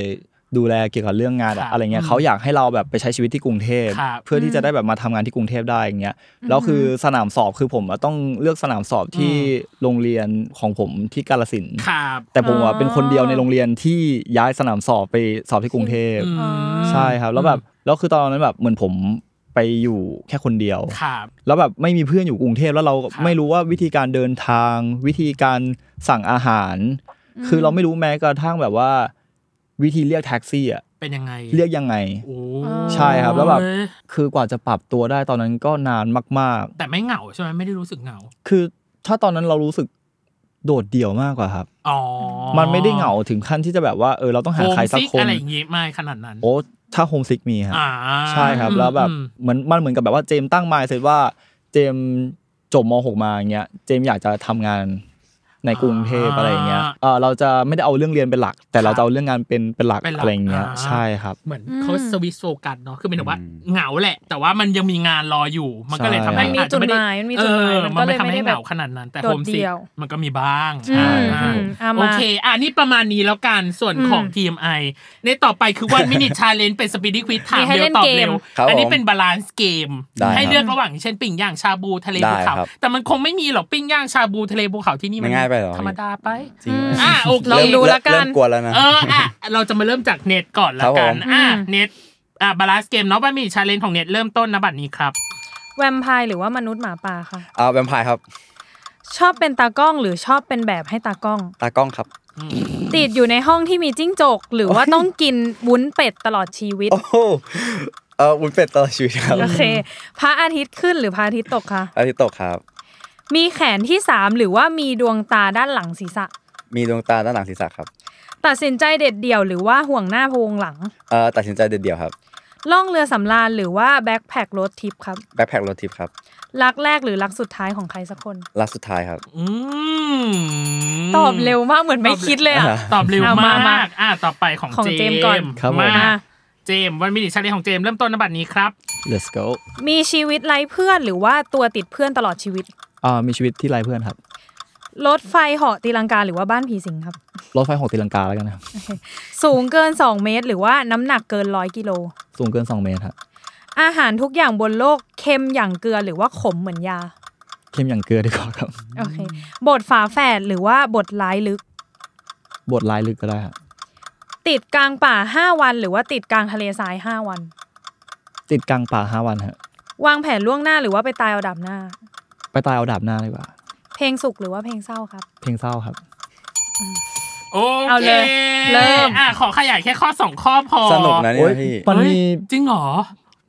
ดูแลเกี่ยวกับเรื่องงาน
ครับ
อะไรเงี้ยเขาอยากให้เราแบบไปใช้ชีวิตที่กรุงเทพ
ครับ
เพื่อที่จะได้แบบมาทำงานที่กรุงเทพได้อย่างเงี้ยแล้วคือสนามสอบคือผมอะต้องเลือกสนามสอบที่
อื
โรงเรียนของผมที่กาฬสินธุ์
ครับ
แต่ผม
อ๋
อ่ะ
อ
เป็นคนเดียวในโรงเรียนที่ย้ายสนามสอบไปสอบที่กรุงเทพ
อืม
ใช่ครับ แล้วแบบแล้วคือตอนนั้นแบบเหมือนผมไปอยู่แค่คนเดียว
ครับ
แล้วแบบไม่มีเพื่อนอยู่กรุงเทพแล้วเรา
ครับ
ไม่รู้ว่าวิธีการเดินทาง วิธีการสั่งอาหาร คือเราไม่รู้แม้กระทั่งแบบว่า วิธีเรียกแท็กซี่อ่ะ
เป็นยังไง
เรียกยังไง
โอ้
ใช่ครับ แล้วแบบคือกว่าจะปรับตัวได้ตอนนั้นก็นานมาก
แต่ไม่เหงาใช่ไหมไม่ได้รู้สึกเหงา
ๆ คือถ้าตอนนั้นเรารู้สึกโดดเดี่ยวมากกว่าครับ
อ๋อ
มันไม่ได้เหงาถึงขั้นที่จะแบบว่าเออเราต้อง
โฮ
หาม ใครสัก
ซิก
คน
อะไรอย่างงี้ไม่ขนาดนั้น
โอ้ถ้าโฮมซิกมีครับ
อ่า
ใช่ครับ แล้วแบบ
อืม
เหมือนมันเหมือนกับแบบว่าเจมส์ตั้งมายเสร็จว่าเจมส์
จบม .6 มาอย่างเงี้ยเจมส์อยากจะทำงานในกรุงเทพอะไรอย่างเงี้ยเออเราจะไม่ได้เอาเรื่องเรียนเป็นหลัก แต่เราจะเอาเรื่องงานเป็นเป็นหลัก
เป็นหลัก
อะไรอย่างเงี้ย
อ่า
ใช่ครับ
เหมือนเขาสวิตช์โฟกัสเนาะคือหมายถึงว่าเหงาแหละ แต่ว่ามันยังมีงานรออยู่ มันก็เลยทำให้
มันมี
อาจจะไม่
จุ
ได้
ดหมายมันมี
เอ
จุดหมาย
อ
มันก็
มัน
เล
ไม่
ย
ทำ
ไม่ได้
ให้
แบ
เห
บ
งาขนาดนั้น แต่
โด
โฮ
ด
ม
เดี่
ซิก
ยว
มันก็มีบ้าง
อืม
อ่า
อืมเอามา
โอเคอ่ะนี่ประมาณนี้แล้วกันส่วน
อืม
ของ TMI ในต่อไปคือวันมินิชาเลนเป็นสปีดดี้ควิสถาม
มีให้
เร็ว
เล่น
ตอบ
เกม
เร็ว
ครับ
อันนี้
ผม
เป็นบาลานซ์เกม
ได้
ให้
ครับ
เลือกระหว่างเช่นปิ้งย่างชาบูทะเลภูเขา
ได้ครับ
แต่มันคงไม่มีหรอกปิ้งย่างชาบูทะเลภูเขาที่นี่มัน
มันง่ายไปเหรอ
ธรรมดาไป
จริงไหม
อ่ะโอเค
ลองดูแล้วกัน
เริ่มกลัวแล้วนะ
เอออ่ะเราจะมาเริ่มจากเน็ตก่อนละกัน
ครับผม
อ่ะ
อืม
เน็ตอ่ะบาลานซ์เกมเนาะบ้านมีชาเลนจ์ของเน็ตเริ่มต้นนะบัดนี้ครับ
แวมไพร์หรือว่ามนุษย์หมาป่าค่ะ
เอาแวมไพร์ครับ
ชอบเป็นตากล้องหรือชอบเป็นแบบให้ตากล้อง
ตากล้องครับ
ติดอยู่ในห้องที่มีจิ้งจก หรือว่าต้องกินวุ้นเป็ดตลอดชีวิต
โอ้โหเออวุ้นเป็ดตลอดชีวิตครับ
โอเค พระอาทิตย์ขึ้นหรือพระอาทิตย์ตกคะ
อาทิตย์ตกครับ
มีแขนที่สามหรือว่ามีดวงตาด้านหลังศีรษะ
มีดวงตาด้านหลังศีรษะครับ
ตัดสินใจเด็ดเดี่ยวหรือว่าห่วงหน้าพวงหลัง
เออตัดสินใจเด็ดเดี่ยวครับ
ล่องเรือสำราญหรือว่าแบ็คแพครถทิปครับ
แบ็คแพครถทิปครับ
รักแรกหรือรักสุดท้ายของใครสักคน
รักสุดท้ายครับ
อืม
ตอบเร็วมากเหมือนไม่คิดเลยอ่ะ
ตอบเร็ว
เอามาม
าม
าก
อ่ะต่อไปของ
ของเจมส์ก่อน
ครับผม
มา
อ่ะ
เจมส์วันมินิชาเลนจ์ของเจมส์เริ่มต้นนะบัดนี้ครับ
let's go
มีชีวิตไร้เพื่อนหรือว่าตัวติดเพื่อนตลอดชีวิต
อ่ามีชีวิตที่ไร้เพื่อนครับ
รถไฟเหาะตีลังกาหรือว่าบ้านผีสิงครับ
รถไฟหกตีลังกาแล้วกันครับ
สูงเกิน 2 เมตร หรือว่าน้ำหนักเกินร้อยกิโล
สูงเกิน 2 เมตรครับ
อาหารทุกอย่างบนโลกเค็มอย่างเกลือหรือว่าขมเหมือนยา
เข้มอย่างเกลือดีกว่าครับ
โอเค บทฝาแฝดหรือว่าบทร้ายลึก
บทลายลึกก็ได้ครับ
ติดกลางป่า 5 วัน หรือว่าติดกลางทะเลทราย 5 วัน
ติดกลางป่าห้าวันฮะ
วางแผนล่วงหน้าหรือว่าไปตายเอาดับหน้า
ไปตายเอาดาบหน้าดีกว่า
เพลงสุขหรือว่าเพลงเศร้าครับ
เพลงเศร้าครับ
โอ
เอา
เค
เลยเริ่ม
อ่ะขอขยายแค่ข้อสองข้อพอ
สนุกนะเนี่ยพี่
มัน
เฮ้ย
มี
จริงเหรอ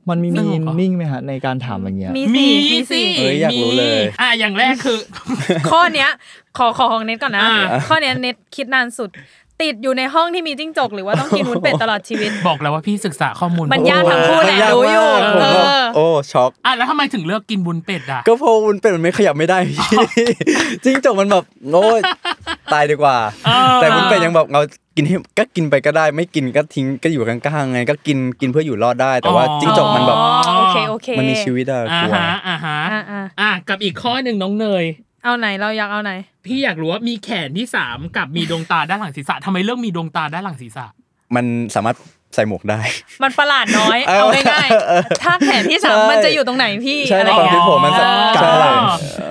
มันมี
สนุก
มี
เหรอ
นิ่งไหมฮะในการถามอย่างเงี้ย
มี
มี
สี่
สิ
สี่
เอ้ยอยากรู้เลย
อ่ะอย่างแรกคือ
ข้อเนี้ย ขอขอของเน็ตก่อนนะ
อ่า
ข้อเนี้ยเน็ตคิดนานสุด ติดอยู่ในห้องที่มีจิ้งจก หรือว่าต้องกินวุ้นเป็ดตลอดชีวิ ต
บอกแล้วว่าพี่ศึกษาข้อมูล
มันยากทั้งคู่แหละ
มันาก
รู้อยู่
มากผม
เอ
แบบ
อ
โอ้ช็อก
อ่ะแล้วทำไมถึงเลือกกินบุญเป็ดอ่ะ
ก็เพราะวุ้นเป็ดมันไม่ขยับไม่ได้พี่ จริงจกมันแบบโอ้ยตายดีกว่า แต่วุ้นเป็ดยังแบบเรากินให้ก็กินไปก็ได้ ไม่กินก็ทิ้งก็อยู่กลางๆไง ก็กินกินเพื่ออยู่รอดได้แต่ว่า
อ๋อ
จิ้งจกมันแบบ
อ๋อโอเคโอเค
มันมีชีวิตอะ
อ่าก
ลัว
ฮะอ่าฮะ
อ่าอ่า
อ่ะกับอีกข้อหนึ่งน้องเนย
เอาไหนเราอยากเอาไหน
พี่อยากรู้ว่ามีแขนที่สามกับมีดวงตาด้านหลังศีรษะทำไมเรื่องมีดวงตาด้านหลังศีรษะ
มันสามารถใส่หมวกได้
มันประหลาดน้อย
เอา
เอาง่ายๆถ้าแผนที่สาม
ใช่
มันจะอยู่ตรงไหนพี่
ใช่
อะไร
ในความ
เงี้
คิ
ย
ดผมมันสามารถ
อ๋อ
ใช่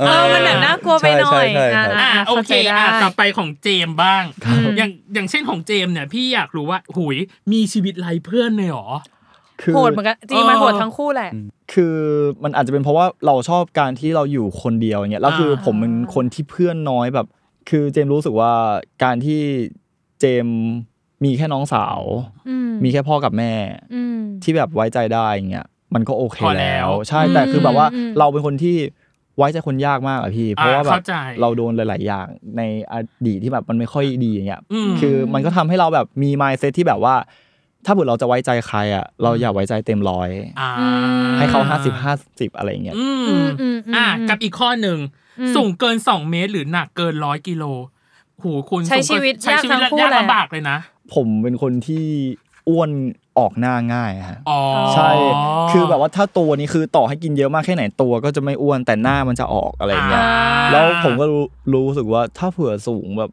เออมันแบบน่ากลัวไปหน่อย
ใช่ใช่ใช่ครับ
อ่า
อ่ะโอเค
ได้
อ่ะต่อไปของเจมส์บ้าง
ครับ
อย่างอย่างเช่นของเจมส์เนี่ย พี่อยากรู้ว่าหุยมีชีวิตไร้เพื่อนเลยเหรอ
คือ
โหดเหมือนกันจริงๆมันโหดทั้งคู่แหละ
คือมันอาจจะเป็นเพราะว่าเราชอบการที่เราอยู่คนเดียวอย่างเงี้ยแล้วคือผมเป็นคนที่เพื่อนน้อยแบบ คือเจมรู้สึกว่าการที่เจมมีแค่น้องสาว
อืม
มีแค่พ่อกับแม่
อืม
ที่แบบไว้ใจได้อย่างเงี้ยมันก็โอเค
พอแล้
แล้ว ว ใช่แต่คือแบบว่า
อืม
เราเป็นคนที่ไว้ใจคนยากมากอะพี่ เพราะว่าแบบ
เข้าใจ
เราโดนหลาย ๆ อย่างในอดีตที่แบบมันไม่ค่อยดีอย่างเงี้ย
อืม
คือมันก็ทำให้เราแบบมี mindset ที่แบบว่า ถ้าเผื่อเราจะไว้ใจใครอ่ะเราอย่าไว้ใจเต็มร้อย
อ่า
ให้เขาห้าสิบห้าสิบอะไรอย่างเงี้ย
อื
อื
ม
มอืมม
อ่ะกับอีกข้อหนึ่ง
อืม
สูงเกินสองเมตรหรือหนักเกินร้อยกิโลโหคุณ
ใช้
สูง
ชี
เกิน
วิต
ใช้ชี
ยาก
วิต
ทั้งคู่
ยาก
แหละ
ลำบากเลยนะ
ผมเป็นคนที่อ้วนออกหน้าง่ายฮะ
อ๋อ
ใช่คือแบบว่าถ้าตัวนี้คือต่อให้กินเยอะมากแค่ไหนตัวก็จะไม่อ้วนแต่หน้ามันจะออกอะไรอย่างเงี้ย
อ่า
แล้วผมก็รู้รู้สึกว่าถ้าเผื่อสูงแบบ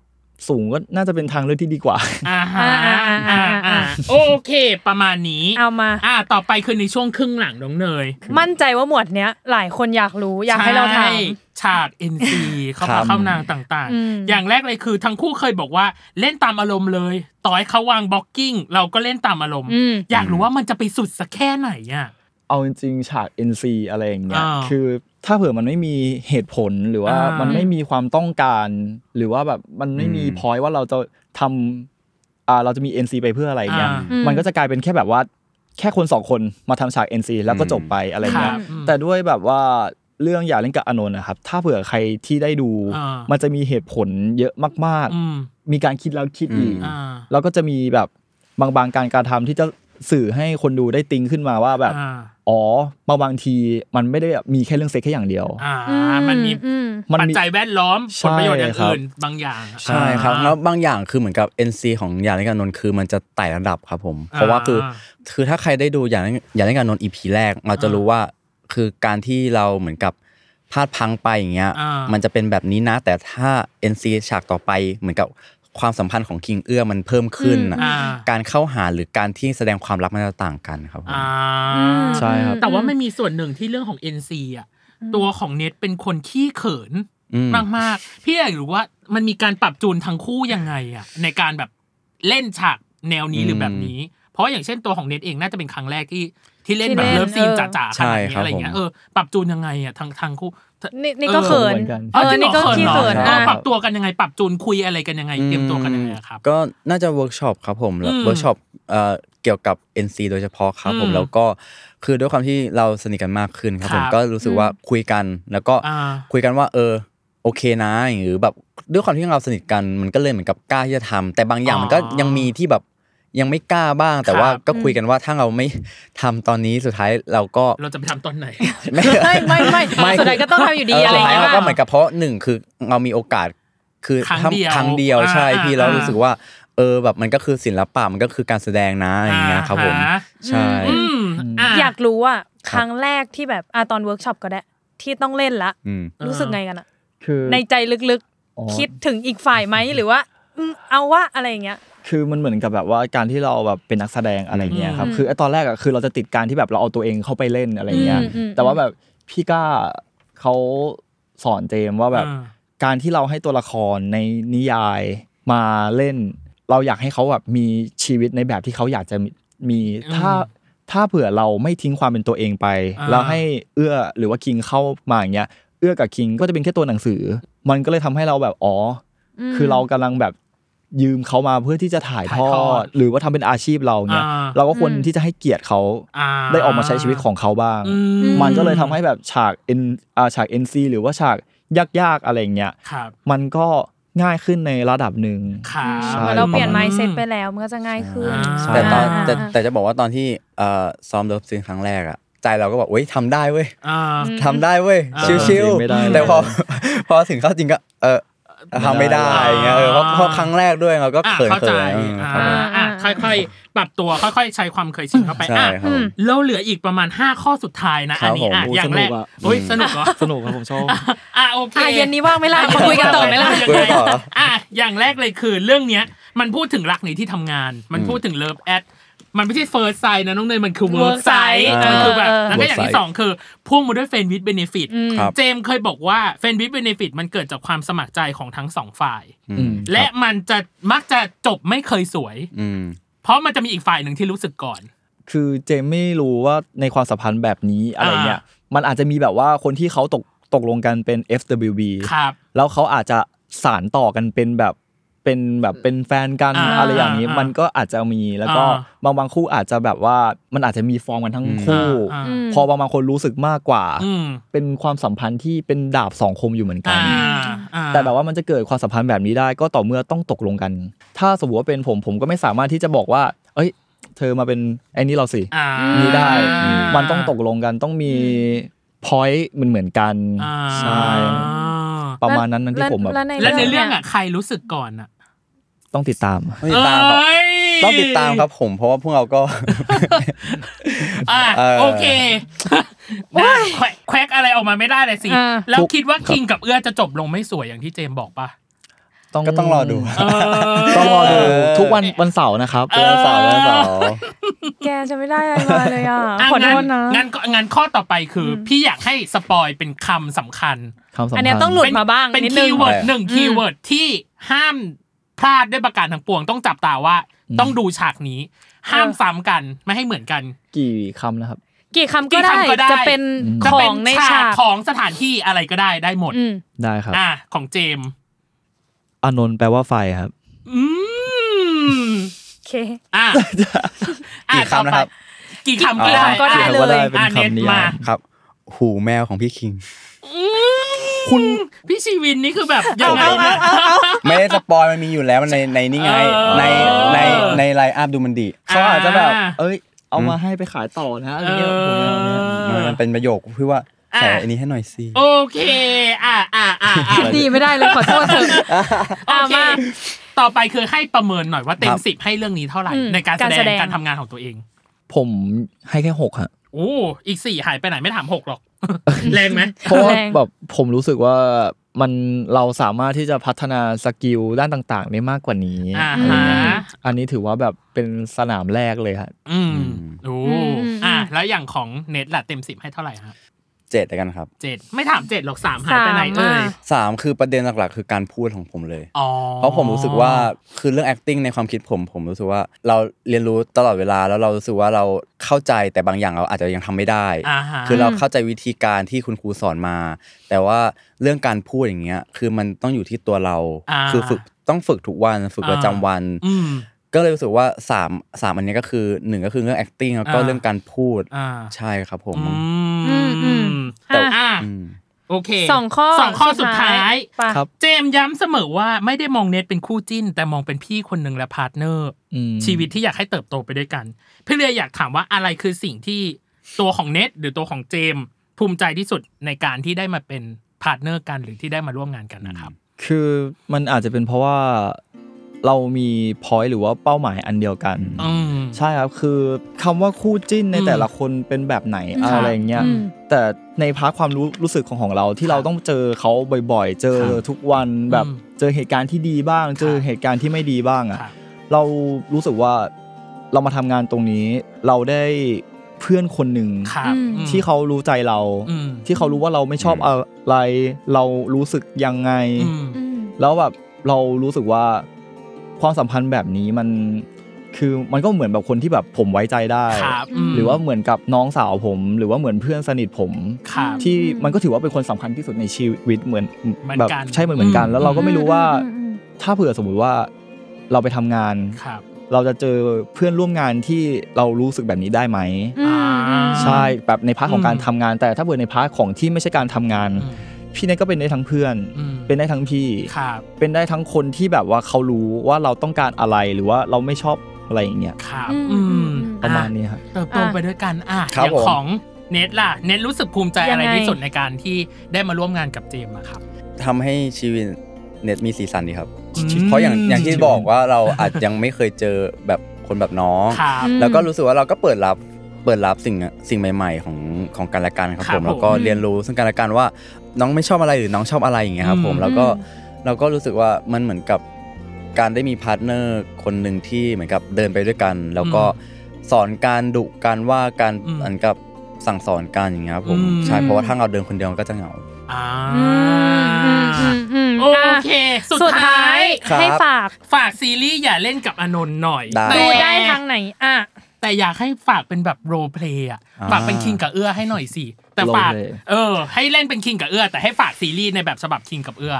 สูงก็น่าจะเป็นทางเลือกที่ดีกว่า
อ่าฮะ
อ่าอ่าอ่า
อ่า
อ่า
อ่าโอเค ประมาณนี้
เอามา
อ่า ต่อไปคือในช่วงครึ่งหลังน้องเนย
มั่นใจว่าหมวดเนี้ย หลายคนอยากรู้อยากให้เราถาม
ช่ฉาก NC เข้า
ครั
มา
บ
เข้านางต่าง
อืม
ๆ อย่างแรกเลยคือทั้งคู่เคยบอกว่าเล่นตามอารมณ์เลย ต่อให้เขาวางบล็อกกิ้ง เราก็เล่นตามอารมณ์
อืม
อยากรู้ว่ามันจะไปสุดสักแค่ไหนอ่ะ
เอาจริงๆฉาก NC อะไรอย่างเงี้ย
อ่า
คือถ้าเผื่อมันไม่มีเหตุผลหรือว่า
อ่ามั
มันไม่มีความต้องการ หรือว่าแบบมันไม่มี
อืม
พอยว่าเราจะทำอ่าเราจะมี NC ไปเพื่ออะไรเงี้ย
อ่าอืม
มันก็จะกลายเป็นแค่แบบว่าแค่คนสองคนมาทำฉาก NC แล้วก็จบไปอะไรเงี้
ครับ
ย
อืม
แต่ด้วยแบบว่าเรื่องอย่าเล่นกับอานนท์นะครับถ้าเผื่อใครที่ได้ดู
อ่ามั
มันจะมีเหตุผลเยอะมาก
อืม
ๆ มีการคิดแล้วคิดอีก
อ่า
แล้วก็จะมีแบบบางบางการการทำที่จะ
สื่อให้คนดูได้ติงขึ้นมาว่าแบบ
อ่า
อ๋อมาบางทีมันไม่ได้แบบมีแค่เรื่องเซ็กแค่อย่างเดียว
อ่า
อื
มันมี
อืม
มั
ปัจ
มี
จัยแวดล้อมผ
ใช่
ลประโยชน์อย่าง
ครับ
อื่นบางอย่างอะ
ใช่ครับแล้วบางอย่างคือเหมือนกับ NC ของอย่างในการนนท์คือมันจะไต่ระดับครับผม เพราะว่าคือ
อ่า
คือถ้าใครได้ดูอย่างอย่างในการนนท์ EP แรกเราจะรู้ว่าคือการที่เราเหมือนกับพลาดพลังไปอย่างเงี้ย
อ่า
มันจะเป็นแบบนี้นะ แต่ถ้า NC ฉากต่อไปเหมือนกับความสัมพันธ์ของคิงเอื้อมันเพิ่มขึ้นน่ะ
อ่า
การเข้าหาหรือการที่แสดงความรักมันจะต่างกันครับผม
อ่า
ใช่ครับ
แต่ว่ามันมีส่วนหนึ่งที่เรื่องของ NC อ่ะตัวของเน็ตเป็นคนขี้เขิน
อืม
มากๆพี่อยากรู้ว่ามันมีการปรับจูนทั้งคู่ยังไงอ่ะในการแบบเล่นฉากแนวนี้หรือแบบนี้ เพราะว่าอย่างเช่นตัวของเน็ตเองน่าจะเป็นครั้งแรกที่ที่เล่น
ที่
แบบ
เล่น
เลิฟซีน
เออ
จ๋าๆขนาดนี้
ใช่ครับ
อะไรเงี้ย
ผม
เออปรับจูนยังไงอ่ะทั้งทั้งคู่
นี่นี่ก็เขิน
เหมือนกัน
เออนี่ก็
จริ
ขี้
งหร
เขิน
อ
อ่ะ
อปรับตัวกันยังไง ปรับจูนคุยอะไรกันยังไงเตรียมตัวกันยังไงอะครับ
ก็น่าจะเวิร์กช็อปครับผมแล้ว
อืม
เวิร์กช็อปเอ่อเกี่ยวกับ NC โดยเฉพาะครับผ
อื
ม
ม
แล้วก็คือด้วยความที่เราสนิทกันมากขึ้นครับผม
ครับ
ก็รู้สึกว่าคุยกันแล้วก็
อ่า
คุยกันว่าเออโอเคนะหรือแบบด้วยความที่เราสนิทกันมันก็เลยเหมือนกับกล้าที่จะทำแต่บางอย่าง
อ๋อ
มันก็ยังมีที่แบบยังไม่กล้าบ้าง แต่ว่า
ครับ
ก็คุยกันว่าถ้าเราไม่ทำตอนนี้สุดท้ายเราก็
เราจะไปทำตอนไหน
ไม่
ไม่ไม่ไม่สุดท้ายก็ต้องทำอยู่ดีอะไรอย่างเงี้ย
สุด
ป่ะ
ท้าก็เหมือนกับเพราะหนึ่งคือเรามีโอกาสคือ
ครั้งเดียว
ครั้งเดียวใช่
อ่า
พี่
อ่า
เรารู้สึกว่า เออแบบมันก็คือศิลปะมันก็คือการแสดงนะอะไรอย่างเงี้ยครับผม
อ่าฮะ
ใช่
อืมะ
อยากรู้ว่าครั้งแรกที่แบบอ่ะตอนเวิร์กช็อปก็ได้ ที่ต้องเล่นละ
อืม
รู้สึกไงกันอะ
คือ
ในใจลึก
อ๋อ
ๆ คิดถึงอีกฝ่ายไหมหรือว่าอืมเอาว่าอะไรอย่างเงี้ย
คือมันเหมือนกับแบบว่าการที่เราแบบเป็นนักแสดงอะไรเงี้ยครับ
อืม
คือไอ้ตอนแรกอะคือเราจะติดการที่แบบเราเอาตัวเองเข้าไปเล่นอะไรเงี้ย
อืมอืม
แต่ว่าแบบพี่ก้าเขาสอนเจมส์ว่าแบบ
อ่า
การที่เราให้ตัวละครในนิยายมาเล่น เราอยากให้เขาแบบมีชีวิตในแบบที่เขาอยากจะมีถ้าถ้าเผื่อเราไม่ทิ้งความเป็นตัวเองไป
อ่า
แล้วให้เอื้อหรือว่าคิงเข้ามาอย่างเงี้ยเอื้อกับคิงก็จะเป็นแค่ตัวหนังสือ มันก็เลยทำให้เราแบบอ๋ออคือเรากำลังแบบยืมเขามาเพื่อที่จะถ่ายทอ
ถ่ายทอ
ด
ด
หรือว่าทำเป็นอาชีพเราเนี่ย
อ่า
เราก็ควรที่จะให้เกียรติเขาได้ออกมาใช้ชีวิตของเขาบ้าง
อืม
มันก็เลยทำให้แบบฉาก N อ่าฉาก NC หรือว่าฉากยากๆอะไรอย่างเงี้ย
ครับ
มันก็ง่ายขึ้นในระดับหนึ่ง
ขา
เห
ใช่
มือนเราเปลี่ยนไม n d เซ็ตไปแล้วมันก็จะง่ายขึ้น
ใช่
แต่ตอน
อ่า
แต่แต่จะบอกว่าตอนที่เอ่อซ้อมเลิฟซีนครั้งแรกอะใจเราก็บอกเว้ยทำได้เว้ย
อ่า
ทำได้เว้ย
อ่า
ชิว
ไม่ได้
ๆแต่พอ พอถึงเข้าจริงก็เออทำไม่ได้อย่างเงี้ยเออเพราะเพราะครั้งแรกด้วยเราก็
อ่ะ
เขิน
เข้าใจ
เขิน
อ่า
ครับผม
อ่ะค่อยๆ ปรับตัวค่อยๆ ใช้ความเคยชินเข้าไป
ใช่
อ่ะ
ครับผม
เราเหลืออีกประมาณ 5 ข้อสุดท้ายนะ
ครั
อัน
บ
นี้อ่ะ
ผม
อย่างแรก
สนุกอะ
โอ้ยสนุกเหรอ
สนุกครับผมชอบ
อ่ะโอเค
อ่ะเย็นนี้ว่างไหมล่ะมาคุยกันต่อไหมล่ะ
ยังง
คุยกันต่อ
อ่ะอย่างแรกเลยคือเรื่องเนี้ย มันพูดถึงรักในที่ทำงาน มันพูดถึงเลิฟแอดมันไม่ใช่เฟิร์สไซน์นะน้องเนยมันคือเวิร์
Work
กไซ
site
น์
เออ
คือแบบแล้วก็อย่าง
Work
ที่
site
สองคือพ่วงมาด้วยเฟนวิดเบเนฟิต
ครับ
เจมส์เคยบอกว่าเฟนวิดเบเนฟิตมันเกิดจากความสมัครใจของทั้งสองฝ่าย
อืม
และมันจะมักจะจบไม่เคยสวย
อืม
เพราะมันจะมีอีกฝ่ายหนึ่งที่รู้สึกก่อน
คือเจมไม่รู้ว่าในความสัมพันธ์แบบนี้อะไรเงี้ย
อ่
มันอาจจะมีแบบว่าคนที่เขาตกตกลงกันเป็น FWB
ครับ
แล้วเขาอาจจะสารต่อกันเป็นแบบเป็นแบบเป็นแฟนกัน
อ่า
อะไรอย่างนี้
อ่ามั
มันก็อาจจะมีแล้วก็
อ่
บางบางคู่อาจจะแบบว่ามันอาจจะมีฟอร์มกันทั้ง
อืม
คู่
อ่าอ่า
พอบางบางคนรู้สึกมากกว่า
อืม
เป็นความสัมพันธ์ที่เป็นดาบสองคมอยู่เหมือนกั
อ่าน อ่
แต่แบบว่ามันจะเกิดความสัมพันธ์แบบนี้ได้ก็ต่อเมื่อต้องตกลงกัน ถ้าสมมติว่าเป็นผมผมก็ไม่สามารถที่จะบอกว่า เอ้ย เธอมาเป็นไอ้นี่เราสิ
อ่า
นี่ได้ มันต้องตกลงกันต้องมีพอยต์มันเหมือนกัน
อ่า
ใช่ ประมาณนั้นนั่นที่ผมแบบ
แล้วใน
และในเรื่องอ่ะใครรู้สึกก่อนอ่ะ
ต้องติดตาม
ต้องติดตามครับ
เอ้ย
ต้องติดตามครับผม เพราะว่าพวกเราก็
อ่ะ
เออ
โอเคนะแควแควกอะไรออกมาไม่ได้เลยสิ
อ่า
แล้วคิดว่าคิงกับเอื้อจะจบลงไม่สวยอย่างที่เจมบอกป่ะ
ก็ต้องรอดู
เออ
ต้องรอดูทุกวันวันเสาร์นะครับ
เดือนเสาวเดือนเสาว
แกจะไม่ได้อะไรมาเลยอ่ะ
อ่ะ
ขอโทษนะ
งั้นงั้นงั้นข้อต่อไปคือ พี่อยากให้สปอยเป็นคำสำคัญ
คำสำคัญ
อันเนี้ยต้องหลุด
เป็น
มาบ้าง
เป็น
นิดนึ
คี
ง
ย์เวิร์ด
เออ
หนึ่งคีย์เวิร์ดที่ห้ามพลาดด้วยประการทั้งปวงต้องจับตาว่า ต้องดูฉากนี้ ห้าม
เออ
ซ้ำกันไม่ให้เหมือนกัน
กี่คำนะครับ
กี่คำก็ได้
กี่คำก็ได้
จะเป็น
จะ
ขอ
เป็น
งในฉา
ฉาก
ก
ของสถานที่อะไรก็ได้ได้หมด
อืม
ได้ครับ
อ่ะของเจมส์
อานนท์แปลว่าไฟครับ
อืม
โอเค
อ่ะอ่ะ
กี่คำนะครั
ต่
บ
อไปกี่คำก็
กี่
ได้
คำก็ได้
เลยเป็น
อ่ะ
คำนิยาม
เมา
ครับ หูแมวของพี่คิง
อืม
คุณ
พี่ชีวินนี่คือแบบยังไงนะ
ไม่ได้สปอยมันมีอยู่แล้วในในนี่ไง
เออ
ในในในไลน์อัพดูมันดี
เขาอาจจะแบบ
อ่า
เอ้ย เอามาให้ไปขายต่อนะอะไรเงี้ยผมไม่เอาเนี่ย
เออ
มันเป็นประโยคพี่ว่า
อ่ะ
ใส่อันนี้ให้หน่อยสิ
โอเค อ่ะอ่ะอ่ะอ่ะ
ดีไม่ได้เลยขอโทษเถอะ
โอ
อ่ะ
เค
มา
ต่อไปคือให้ประเมินหน่อยว่าเต็
ค
ม
รับ
สิบให้เรื่องนี้เท่าไหร่
อืม
ในการแส
การ
ด
แส
ง
ดง
การทำงานของตัวเอง
ผมให้แค่หกฮะ
โอ้อีกสี่หายไปไหนไม่ถามหกหร อก แรงไหม
เพราะว่า
แรง
แบบผมรู้สึกว่ามันเราสามารถที่จะพัฒนาสกิลด้านต่างๆ ได้มากกว่านี้
อ่า
อะไร
ฮะ
เงี้ยอันนี้ถือว่าแบบเป็นสนามแรกเลยฮะ
อืมโอ้
อืมอืม
อ่ะแล้วอย่างของเน็ตล่ะเต็มสิบให้เท่าไหร่ฮะ
เจ็ดแล้วกันครับ
เจ็ดไม่ถามเจ็ดหรอกสามหายไปไหน
สาม
เอ่ย
อ่ะ
สามคือประเด็นหลักๆ คือการพูดของผมเลย
อ๋อ
เพราะผมรู้สึกว่าคือเรื่อง acting ในความคิดผม ผมรู้สึกว่าเราเรียนรู้ตลอดเวลาแล้วเรารู้สึกว่าเราเข้าใจแต่บางอย่างเราอาจจะยังทำไม่ได้
อ่าฮะ
คือเราเข้าใจวิธีการที่คุณครูสอนมา แต่ว่าเรื่องการพูดอย่างเงี้ยคือมันต้องอยู่ที่ตัวเรา
อ่า
คือฝึกต้องฝึกทุกวันฝึกประจำวัน
อืม
ก็เลยรู้สึกว่าสามสามอันเนี้ยก็คือหนึ่งก็คือเรื่อง acting แล้วก็
อ่า
เรื่องการพูด
อ่า
ใช่ครับผม
อืม
อืม
แต่อ่ะ
อืม
โอเค
สองข้อ
สองข้อสุดท้าย
ไป
ครับ
เจมส์ย้ำเสมอว่าไม่ได้มองเน็ตเป็นคู่จิ้น แต่มองเป็นพี่คนหนึ่งและพาร์ทเนอร์
อืม
ชีวิตที่อยากให้เติบโตไปด้วยกัน พี่เรียอยากถามว่าอะไรคือสิ่งที่ตัวของเน็ตหรือตัวของเจมส์ภูมิใจที่สุดในการที่ได้มาเป็นพาร์ทเนอร์กันหรือที่ได้มาร่วมงานกันนะครับ
คือมันอาจจะเป็นเพราะว่าเรามีพอยต์หรือว่าเป้าหมายอันเดียวกัน
อืม
ใช่ครับ คือคำว่าคู่จิ้นใน
อืม
แต่ละคนเป็นแบบไหน
ครับ
อะไรอย่างเงี้ย
อืม
แต่ในพาร์ทความรู้รู้สึกของของเราที่เราต้องเจอเขาบ่อยๆ เจอ
ครับ
ทุกวันแบบ
อืม
เจอเหตุการณ์ที่ดีบ้าง เจอ
ครับ
เหตุการณ์ที่ไม่ดีบ้างอ่ะ
ครับ
เรารู้สึกว่าเรามาทำงานตรงนี้เราได้เพื่อนคนหนึ่ง
ครับ
อืม
อืม
ที่เขารู้ใจเรา
อืม
ที่เขารู้ว่าเราไม่ชอบอะไร เรารู้สึกยังไง
อืม
อืม
แล้วแบบเรารู้สึกว่าความสัมพันธ์แบบนี้มันคือมันก็เหมือนแบบคนที่แบบผมไว้ใจได้
ครับม
หรือว่าเหมือนกับน้องสาวผม หรือว่าเหมือนเพื่อนสนิทผม
ครับ
ที่มันก็ถือว่าเป็นคนสำคัญที่สุดในชีวิตเหมือน
เหมือน
แบบ
กัน
ใช่เหมือนเหมือนกัน
อืม
แล้วเราก็ไม่รู้ว่า
อืมอืมอืม
ถ้าเผื่อสมมุติว่าเราไปทำงาน
ครับ
เราจะเจอเพื่อนร่วมงานที่เรารู้สึกแบบนี้ได้ไหม
อืมอืม
ใช่แบบในพาร์ทของการ
อืม
ทำงาน แต่ถ้าเผื่อในพาร์ทของที่ไม่ใช่การทำงาน
อืม
พี่เนทก็เป็นได้ทั้งเพื่อน
อืม
เป็นได้ทั้งพี่
ครับ
เป็นได้ทั้งคนที่แบบว่าเขารู้ว่าเราต้องการอะไรหรือว่าเราไม่ชอบอะไรอย่างเงี้ย
ครับ
อืม
อื
อื
ม
ม
ประมาณนี้ครับ
อ่ะเติบโตไปด้วยกันอ่ะอ
ครับ
ย่าง
ผม
ของเน็ตล่ะ เน็ตรู้สึกภูมิใจอะไร
ยังไง
ที่สุดในการที่ได้มาร่วมงานกับเจมส์อะครับ
ทำให้ชีวิตเน็ตมีสีสันดีครับ
อืม
เพราะอย่างอย่างที่บอกว่าเราอาจยังไม่เคยเจอแบบคนแบบน้อง
ครับ
แล้วก็รู้สึกว่าเราก็เปิดรับเปิดรับสิ่งสิ่งใหม่ ๆ ของของกันและกันครับ
ครับผ
ผ
ม
มแล้วก็เรียนรู้ซึ่งกันและกันว่า น้องไม่ชอบอะไรหรือน้องชอบอะไรอย่างเงี้ยครับผม
อืม
แล้วก็
อืม
เราก็รู้สึกว่ามันเหมือนกับการได้มีพาร์ทเนอร์คนหนึ่งที่เหมือนกับเดินไปด้วยกัน แล้วก็สอนการดุการว่าการอันกับสั่งสอนกันอย่างเงี้ยครับผมใช่เพราะว่าถ้าเราเดินคนเดียวมันก็จะเหงา
อ่า
อืมอืมอืมอืม
โอเค สุด
สุด
ท้า
ท้าย ย
ครับ
ให้ฝาก
ฝากซีรีส์อย่าเล่นกับอนนท์หน่อย
ได้
แต่
ดูได้ทางไหนอ่ะ
แต่อยากให้ฝากเป็นแบบโรลเพลย์อะ
อ่า
ฝากเป็นคิงกับเอื้อให้หน่อยสิ แต่ฝาก
โรลเพลย์
เออ ให้เล่นเป็นคิงกับเอื้อ แต่ให้ฝากซีรีส์ในแบบฉบับคิงกับเอื้อ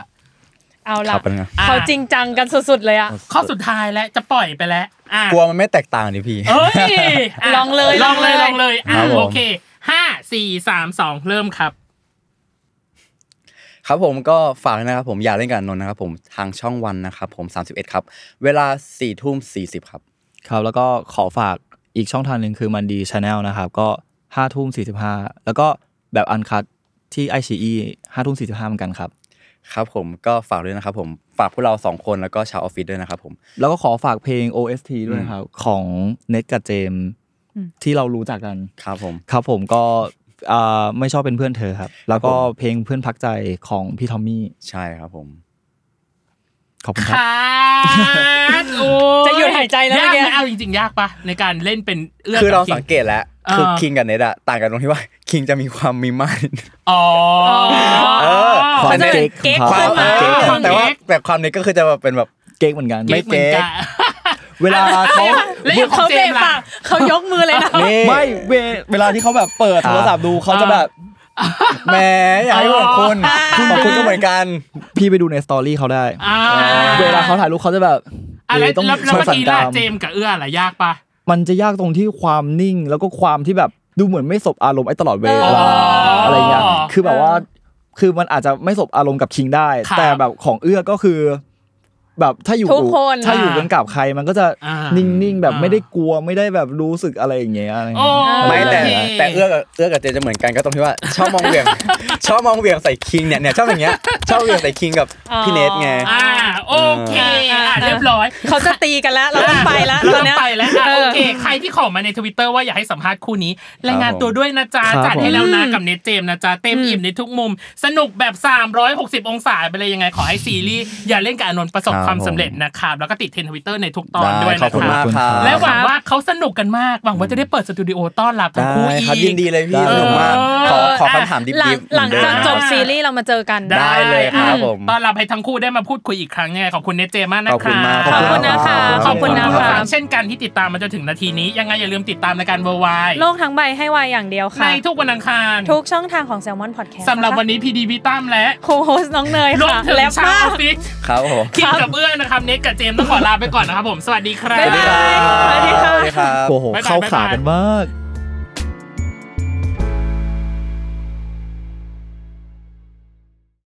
เอา
ค
ล่ะ
รับเป็นไง
เขาจริงจังกันสุดๆเลยอ่ะ
ข้อสุดท้ายแล้วจะปล่อยไปแล้วอ่ะ
กลัวมันไม่แตกต่างดิพี่
เอ้ยะ
ลองเลย
ลองเลยล
ล
อ
อง ง
เล
เลย ย
อ่ะ
ครับผม
โอเคห้าสี่สามสองเริ่มครับ
ครับผมก็ฝากนะครับผมอย่าเล่นกับอนนท์นะครับผมทางช่องวันนะครับผม 31 ครับ เวลา4ี่ทุ่มสีครับ
ครับ แล้วก็ขอฝากอีกช่องทางหนึ่งคือมันดีชาแนลนะครับ ก็ห้าทุ่มสี่สิบห้าแล้วก็แบบอันคัดที่ไอชีอีห้าทุ่มสี่สิบห้าเหมือนกันครับ
ครับผมก็ฝากด้วยนะครับผม ฝากพวกเรา 2 คนแล้วก็ชาวออฟฟิศด้วยนะครับผม
แล้วก็ขอฝากเพลง OST ด้วยนะครับ ของเน็ตกับเจมส์ที่เรารู้จักกัน
ครับผม
ครับผมก็อ่าไม่ชอบเป็นเพื่อนเธอครับ แล้วก็
ครับผม
เพลงเพื่อนพักใจของพี่ทอมมี่
ใช่ครับผม
ขอบคุณ
ค
ครับ
รับโอ้
จะหยุดหายใจแล้ว
ยาก
เมื่อกี้
ไหมเอาจริงๆ ยากปะในการเล่นเป็นเอื้อ
คือเรา
กับคิง
สังเกตแล้ว
เออ
คือคิงกับเนทอะต่างกันตรงที่ว่าคิงจะมีความมีมัน
อ๋อ
เออ
ความ
แต่เนท
เก๊ก
เก๊ก
ของ
ความเอ
เขา
เก๊ก
อแต่ว่า
เก๊ก
แต่ความเนทก็คือจะแบบเป็นแบบ
เก๊กเหมือนกัน
ไม่
เหมือนน
เวลาเขา
แล้วอย่างของ
เขา
เจ
เบะ
มส์ล่ะ
ปากเขายกมือเลยนะ
นี่
ไม่เวเวลาที่เขาแบบเปิดโทรศัพท์ดูเขาจะแบบ
แหมอยากให้บอกคุณของคุณก็เหมือนกัน
พี่ไปดูในสตอรี่เขาได้
อ่า
เวลาเขาถ่ายรูปเขาจะแบบ
อ่ะแล้ว
เะต้อง
แล้วแล้ว
ช่วย
เมื่อ
สั่น
กี้
ตา
ล่ะ
ม
เจมส์กับเอื้อล่ะยากปะ
มันจะยากตรงที่ความนิ่งแล้วก็ความที่แบบดูเหมือนไม่สบอารมณ์ไอ้ตลอดเวลาอะไรอย่างเงี้ยคือแบบว่า
คือมันอาจจะไม่สบอารมณ์กับคิงได้
ครับ
แต่แบบของเอื้อก็คือ แบบถ้าอยู่
ทุกคน
ถ้าอยู่กันกับใครมันก็จะ
อ่า
นิ่งๆแบบ
อ่า
ไม่ได้กลัวไม่ได้แบบรู้สึกอะไรอย่างเงี้ยอะไรอย่าง
โอ้
เงี้ย
ไม่แต่
โค
แต่เอื้อกับเอื้อกับเจจะเหมือนกันก็ตรงที่ว่าชอบมองเหวี ยง ชอบมองเหวียงใส่คิงเนี่ยเนี่ยชอบอย่างเงี้ยชอบเหวียงใส่คิงกับพี่เนทไง
อ่าโอเคอ่าเรียบร้อย
เขาจะตีกันแล้วเราต้องไปแล้ว
เรา
ตอน
ต้อง
เนี้ย
ไปแล้วอ่ะ
เออ
โอเค ใครที่ขอมาในทวิตเตอร์ว่าอยากให้สัมภาษณ์คู่นี้รายงาน
ครับผม
ตัวด้วยนะจ๊ะ
ครับ
จัดให้
ผม
แล้วนะกับเนทเจมส์นะจ๊ะเต็มอิ่มในทุกมุม สนุกแบบ 360 องศาไปเลยยังไงขอให้ซีรีส์อย่าเล่นกับอานนท์ประสบความสำเร็จนะครับแล้วก็ติดเทรนด์ทวิตเตอร์ในทุกตอนด้วย
ขอบ
นะ
คุณ
ครั
มา
บ
กครับ
และหวังว่าเขาสนุกกันมากหวังว่าจะได้เปิดสตูดิโอต้อนรับทั้งคู่
ได้
อีก
ครับยินดีเลยพี่
ได้
สนุกมากขอขอคำถามดิ
หลัง
บๆ
หลังจาก
เห
จ
มือนเดิม
บ
นะครั
ซีรีส์เรามาเจอกัน
ได้เลยครับผม
ต้อนรับให้ทั้งคู่ได้มาพูดคุยอีกครั้งยังไงขอบคุณเนเจมากนะ
ขอบ
ค
คุ
รั
ณ
บ
มาก
ขอบคุณนะคะขอบคุณนะ
ขอบ
คะ
ณเช่นกันที่ติดตามมาจนถึงนาทีนี้ ยังไงอย่าลืมติดตามรายการเวอร์ไว
โลกทั้งใบให้วายอย่างเดียว
ใน
ค่ะ
ทุกวันอังคาร
ทุกช่องทางของ Salmon Podcast
สำหรับวันนี้พีดีพิตั้มและ
โคโฮสน้องเนย
รวม
ค่ะ
ถึง
แรป
ชาม
าว
อก อฟฟิศ
ครับผม
คิดกับเอื้อนะครับเนทกับเจมส์ต้องขอลาไปก่อนนะครับผมสวัสดีครับ
บ๊ายบาย สวัสดีค่ะ
สวัสดีครับ
โอ้โห
บ๊ายบาย
เข้าขากันมาก